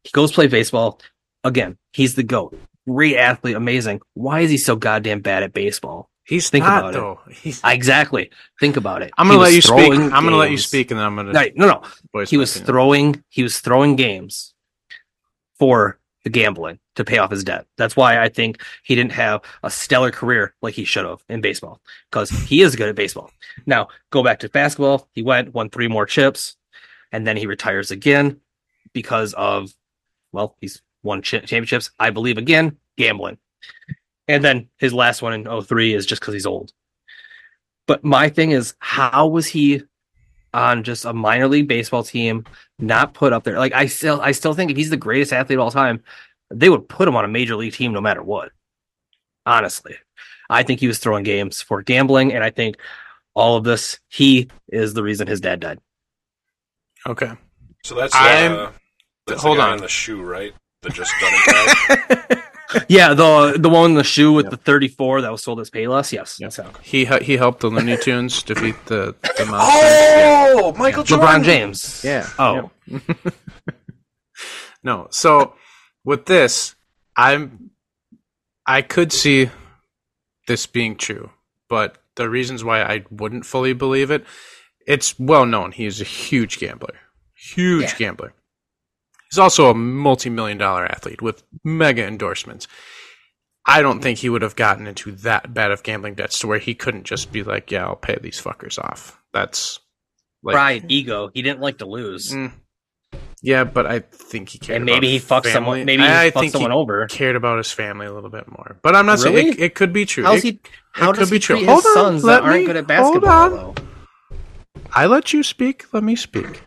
S2: He goes play baseball. Again, he's the GOAT. Great athlete, amazing. Why is he so goddamn bad at baseball?
S1: he's
S2: Think
S1: not
S2: about it.
S1: though. He's.
S2: I, exactly. Think about it.
S1: I'm gonna
S2: He
S1: let
S2: was
S1: you speak.
S2: throwing
S1: I'm gonna let you
S2: games.
S1: speak, and then I'm gonna.
S2: Right. No, no.
S1: voice
S2: He
S1: my
S2: was
S1: opinion.
S2: throwing he was throwing games for the gambling to pay off his debt. That's why I think he didn't have a stellar career like he should have in baseball because he is good at baseball. Now, go back to basketball. He went, won three more chips, and then he retires again because of, well, he's won ch- championships. I believe again, gambling. And then his last one in 03 is just because he's old. But my thing is, how was he on just a minor league baseball team not put up there? Like I still, I still think if he's the greatest athlete of all time, they would put him on a major league team no matter what. Honestly, I think he was throwing games for gambling, and I think all of this. He is the reason his dad
S1: (laughs)
S2: died.
S1: Okay.
S3: So that's
S1: I'm-
S3: uh, that's
S1: Hold
S3: the guy
S1: on.
S3: in the shoe, right? That just done it.
S2: (laughs)
S3: guy?
S2: Yeah, the the one in the shoe with
S1: Yep.
S2: the 34 that was sold as Payless. Yes.
S1: Yep.
S2: So.
S1: He he he helped the Looney Tunes defeat the
S2: (laughs)
S1: the monsters.
S3: oh, Michael Jordan.
S2: LeBron James.
S1: Yeah.
S2: Oh.
S1: (laughs) No. So with this, I'm I could see this being true, but the reasons why I wouldn't fully believe it, it's well known he is a huge gambler. Huge
S2: Yeah.
S1: gambler. He's also a multi-million dollar athlete with mega endorsements. I don't think he would have gotten into that bad of gambling debts to where he couldn't just be like, "Yeah, I'll pay these fuckers off." That's like
S2: Pride, ego. He didn't like to lose.
S1: Mm. Yeah, but I think he cared.
S2: and maybe
S1: about
S2: he
S1: his
S2: fucked
S1: family.
S2: someone. Maybe he
S1: I, I
S2: fucked
S1: think
S2: someone
S1: he
S2: over.
S1: cared about his family a little bit more. But I'm not saying it,
S2: Really?
S1: it could be true.
S2: How's
S1: It-
S2: he? How
S1: it
S2: does
S1: could be
S2: he
S1: true.
S2: treat
S1: Hold
S2: his
S1: on,
S2: sons
S1: let
S2: that aren't
S1: me-
S2: good at
S1: hold
S2: basketball?
S1: on.
S2: Though?
S1: I let you speak. Let me speak.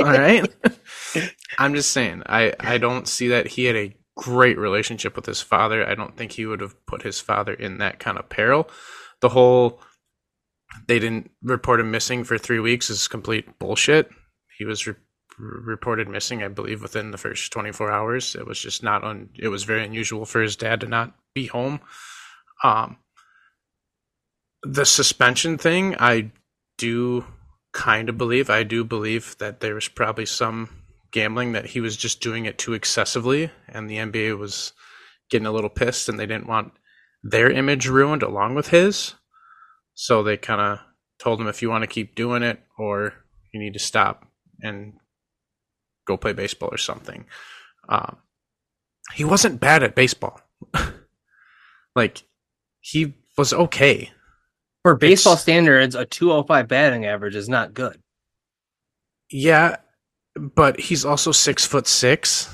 S1: All right. I'm just saying. I I don't see that he had a great relationship with his father. I don't think he would have put his father in that kind of peril. The whole they didn't report him missing for three weeks is complete bullshit. He was re- reported missing, I believe, within the first 24 hours. It was just not on. It was very unusual for his dad to not be home. Um, the suspension thing, I do kind of believe. I do believe that there was probably some gambling that he was just doing it too excessively, and the NBA was getting a little pissed, and they didn't want their image ruined along with his. So they kind of told him if you want to keep doing it, or you need to stop and go play baseball or something. Um, he wasn't bad at baseball. (laughs) like he was okay.
S2: For baseball
S1: It's-
S2: standards, a 205 batting average is not good.
S1: Yeah, but he's also six foot six.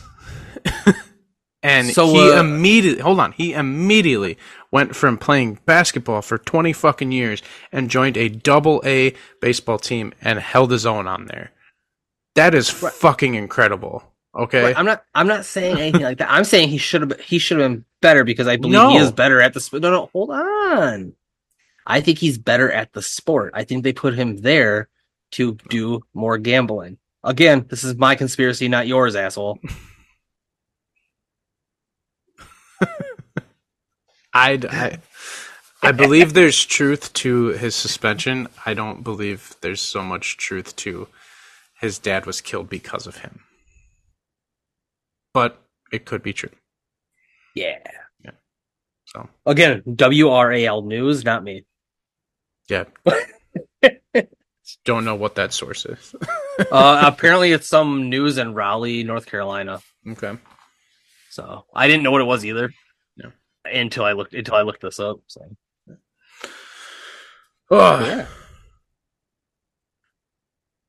S1: (laughs) and
S2: So,
S1: he
S2: uh,
S1: immediately hold on, he immediately went from playing basketball for twenty fucking years and joined a double A baseball team and held his own on there. That is
S2: Right.
S1: fucking incredible. Okay.
S2: Right, I'm not. I'm not saying anything like that. I'm saying he should have. He should have been better because I believe
S1: No.
S2: he is better at the. sp- No, no, hold on. I think he's better at the sport. I think they put him there to do more gambling. Again, this is my conspiracy, not yours, asshole.
S1: I'd- I, I believe there's truth to his suspension. I don't believe there's so much truth to his dad was killed because of him. But it could be true.
S2: Yeah.
S1: Yeah. So.
S2: again, WRAL news, not me.
S1: Yeah. don't know what that source is.
S2: Uh, apparently, it's some news in Raleigh, North Carolina.
S1: Okay.
S2: So I didn't know what it was either.
S1: No.
S2: Until I looked until I looked this up. So.
S1: Oh.
S2: Yeah.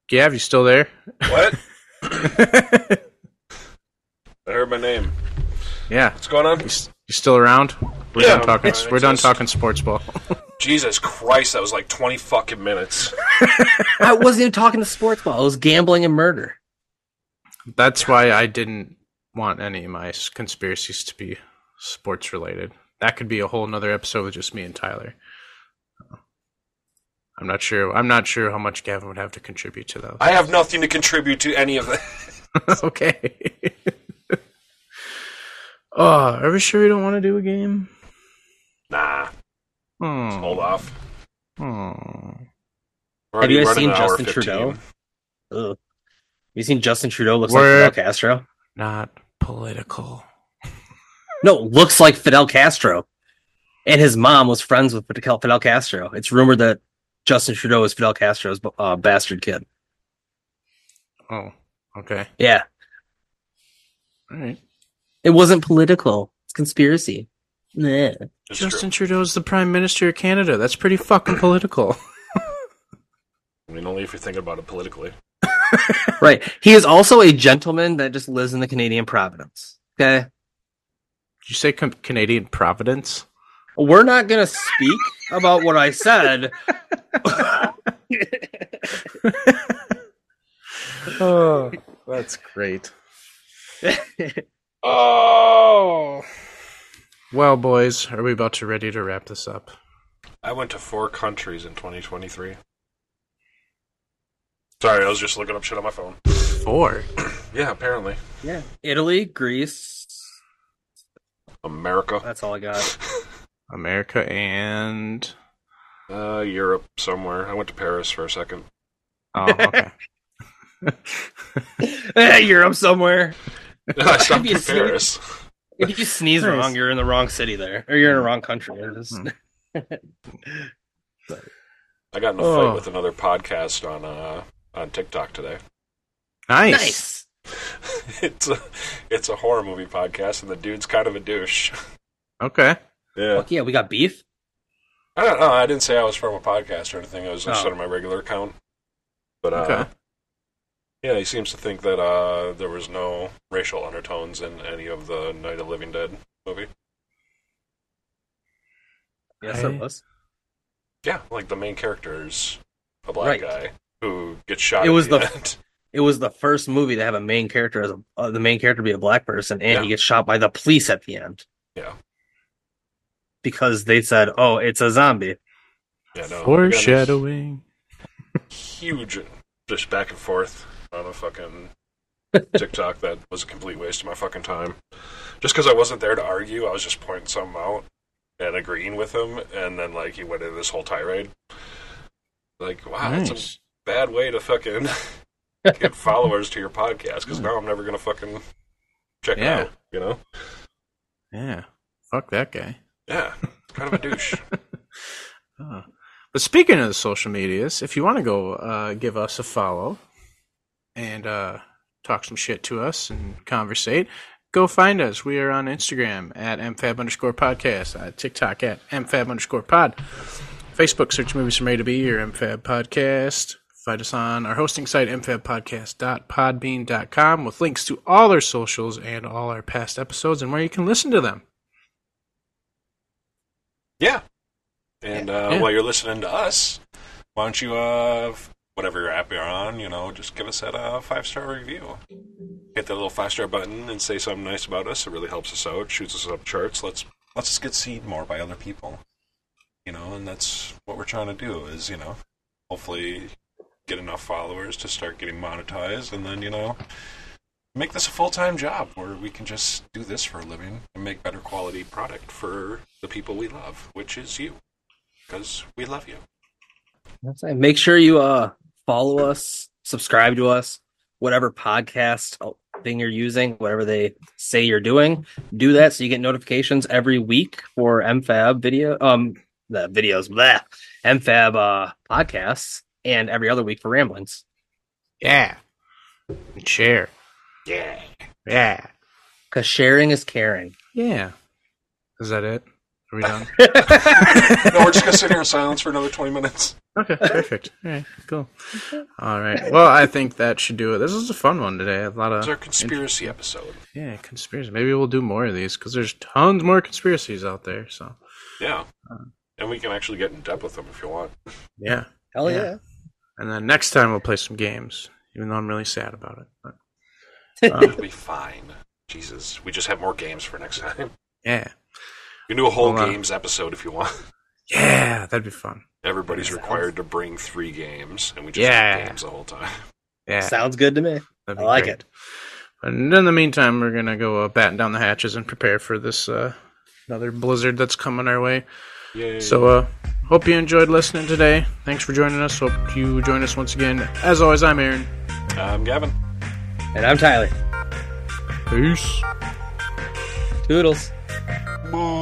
S1: Gav, you still there?
S3: What? I heard my name.
S1: yeah.
S3: What's going on?
S1: You, s- you still around? We're
S3: Yeah.
S1: done talking.
S3: Yeah, I
S1: We're done
S3: exist.
S1: talking sports ball.
S3: Jesus Christ, that was like 20 fucking minutes.
S2: I wasn't even talking to sports ball. I was gambling and murder.
S1: That's why I didn't want any of my s- conspiracies to be sports related. That could be a whole nother episode with just me and Tyler. Uh, I'm not sure. I'm not sure how much Gavin would have to contribute to those.
S3: I have nothing to contribute to any of that.
S1: (laughs) okay. (laughs) oh, are we sure we don't want to do a game?
S3: (laughs) Nah,
S1: Oh,
S3: hold off.
S1: oh.
S3: We're
S2: Have you
S3: already
S2: guys
S3: running
S2: seen
S3: an hour
S2: Justin
S3: 15.
S2: Trudeau? Ugh. You seen Justin Trudeau looks
S1: We're-
S2: like Fidel Castro?
S1: not political.
S2: No, looks like Fidel Castro. And his mom was friends with Fidel Fidel Castro. It's rumored that Justin Trudeau is Fidel Castro's uh, bastard kid.
S1: Oh, okay.
S2: Yeah,
S1: All right.
S2: it wasn't political. It's conspiracy. Nah.
S3: It's
S1: Justin Trudeau's the prime minister of Canada. That's pretty fucking (coughs) political.
S3: true. I mean, only if you're thinking about it politically.
S2: Right. He is also a gentleman that just lives in the Canadian Providence. Okay.
S1: Did you say com- Canadian Providence?
S2: We're not going to speak about what I said.
S1: Oh, that's great.
S3: Oh!
S1: Well, boys, are we about to ready to wrap this up?
S3: I went to four countries in 2023. Sorry, I was just looking up shit on my phone.
S1: Four.
S3: Yeah, apparently.
S2: Yeah. Italy, Greece.
S3: America,
S2: That's all I got.
S1: America and
S3: uh, Europe, somewhere. I went to Paris for a second. (laughs)
S1: oh, (laughs) okay.
S2: Eh, Europe somewhere.
S3: I stopped in
S2: Obviously.
S3: Paris.
S2: If you sneeze
S1: Nice.
S2: wrong, you're in the wrong city there, or you're in the wrong country. It is-
S1: Hmm.
S3: I got in a
S1: Oh.
S3: fight with another podcast on uh, on TikTok today. (laughs)
S1: nice.
S2: Nice.
S3: it's a it's a horror movie podcast, and the dude's kind of a douche.
S1: Okay.
S3: Yeah,
S2: Fuck yeah, we got beef.
S3: I don't know. I didn't say I was from a podcast or anything. I was just
S2: Oh.
S3: on my regular account. But uh,
S1: Okay.
S3: yeah, he seems to think that uh, there was no racial undertones in any of the Night of Living Dead movie.
S2: Yes,
S1: I-
S2: it was.
S3: Yeah, like the main character's a black guy
S2: Right.
S3: who gets shot.
S2: It
S3: at
S2: was
S3: the,
S2: the-
S3: end. (laughs)
S2: It was the first movie to have a main character as a, uh, the main character be a black person, and
S3: Yeah.
S2: he gets shot by the police at the end.
S3: Yeah.
S2: Because they said, "Oh, it's a zombie."
S3: yeah, no, again, it's
S1: Foreshadowing.
S3: Huge, just back and forth on a
S1: (laughs)
S3: fucking TikTok that was a complete waste of my fucking time. Just because I wasn't there to argue, I was just pointing something out and agreeing with him, and then like he went into this whole tirade. Like, wow, that's a
S1: Nice.
S3: bad way to
S1: (laughs)
S3: fucking get followers to your podcast because now I'm never gonna fucking check
S1: Yeah.
S3: it out. You know?
S1: Yeah. Fuck that guy.
S3: Yeah, kind of a douche.
S1: Huh. But speaking of the social medias, if you want to go uh, give us a follow and uh, talk some shit to us and conversate, go find us. We are on Instagram at mfab underscore podcast, uh, TikTok at mfab underscore pod, Facebook search movies from A to B or mfab podcast. Find us on our hosting site, mfabpodcast.podbean.com, with links to all our socials and all our past episodes and where you can listen to them.
S3: Yeah. And uh,
S1: Yeah.
S3: while you're listening to us, why don't you, uh, f- whatever your app you're on, you know, just give us that uh, five star review. Hit that little five star button and say something nice about us. It really helps us out, shoots us up charts. Let's let's just get seen more by other people, you know. And that's what we're trying to do is, you know, hopefully get enough followers to start getting monetized, and then you know, make this a full time job where we can just do this for a living and make better quality product for the people we love, which is you, because we love you.
S2: That's it. Make sure you uh follow us, subscribe to us, whatever podcast oh, thing you're using, whatever they say you're doing, do that so you get notifications every week for MFAB video um the videos blah MFAB uh podcasts and every other week for ramblings.
S1: Yeah. And share.
S3: Yeah.
S1: Yeah.
S2: Cause sharing is caring.
S1: Yeah. Is that it? Are we done?
S3: No, we're just gonna sit here in silence for another twenty minutes.
S1: (laughs) okay, perfect. All right, cool. All right. Well, I think that should do it. This was a fun one today. A lot
S3: It's
S1: of
S3: our conspiracy episode.
S1: yeah, conspiracy. Maybe we'll do more of these because there's tons more conspiracies out there. So
S3: Yeah. And we can actually get in depth with them if you want.
S1: yeah.
S2: Hell
S1: Yeah.
S2: yeah.
S1: And then next time we'll play some games. Even though I'm really sad about it. But, um, (laughs)
S3: It'll be fine. Jesus, we just have more games for next time.
S1: yeah.
S3: We can do a whole
S1: Hold on.
S3: games episode if you want.
S1: Yeah, that'd be fun.
S3: Everybody's
S2: Sounds-
S3: required to bring three games, and we just
S1: Yeah.
S3: have games the whole time.
S1: Yeah.
S2: Sounds good to me.
S1: That'd
S2: I like it.
S1: But in the meantime, we're gonna go uh, batten down the hatches and prepare for this uh, another blizzard that's coming our way.
S3: Yay.
S1: So, uh, hope you enjoyed listening today. Thanks for joining us. Hope you join us once again. As always, I'm Aaron.
S3: I'm Gavin.
S2: And I'm Tyler.
S1: Peace.
S2: Toodles.
S3: Bye.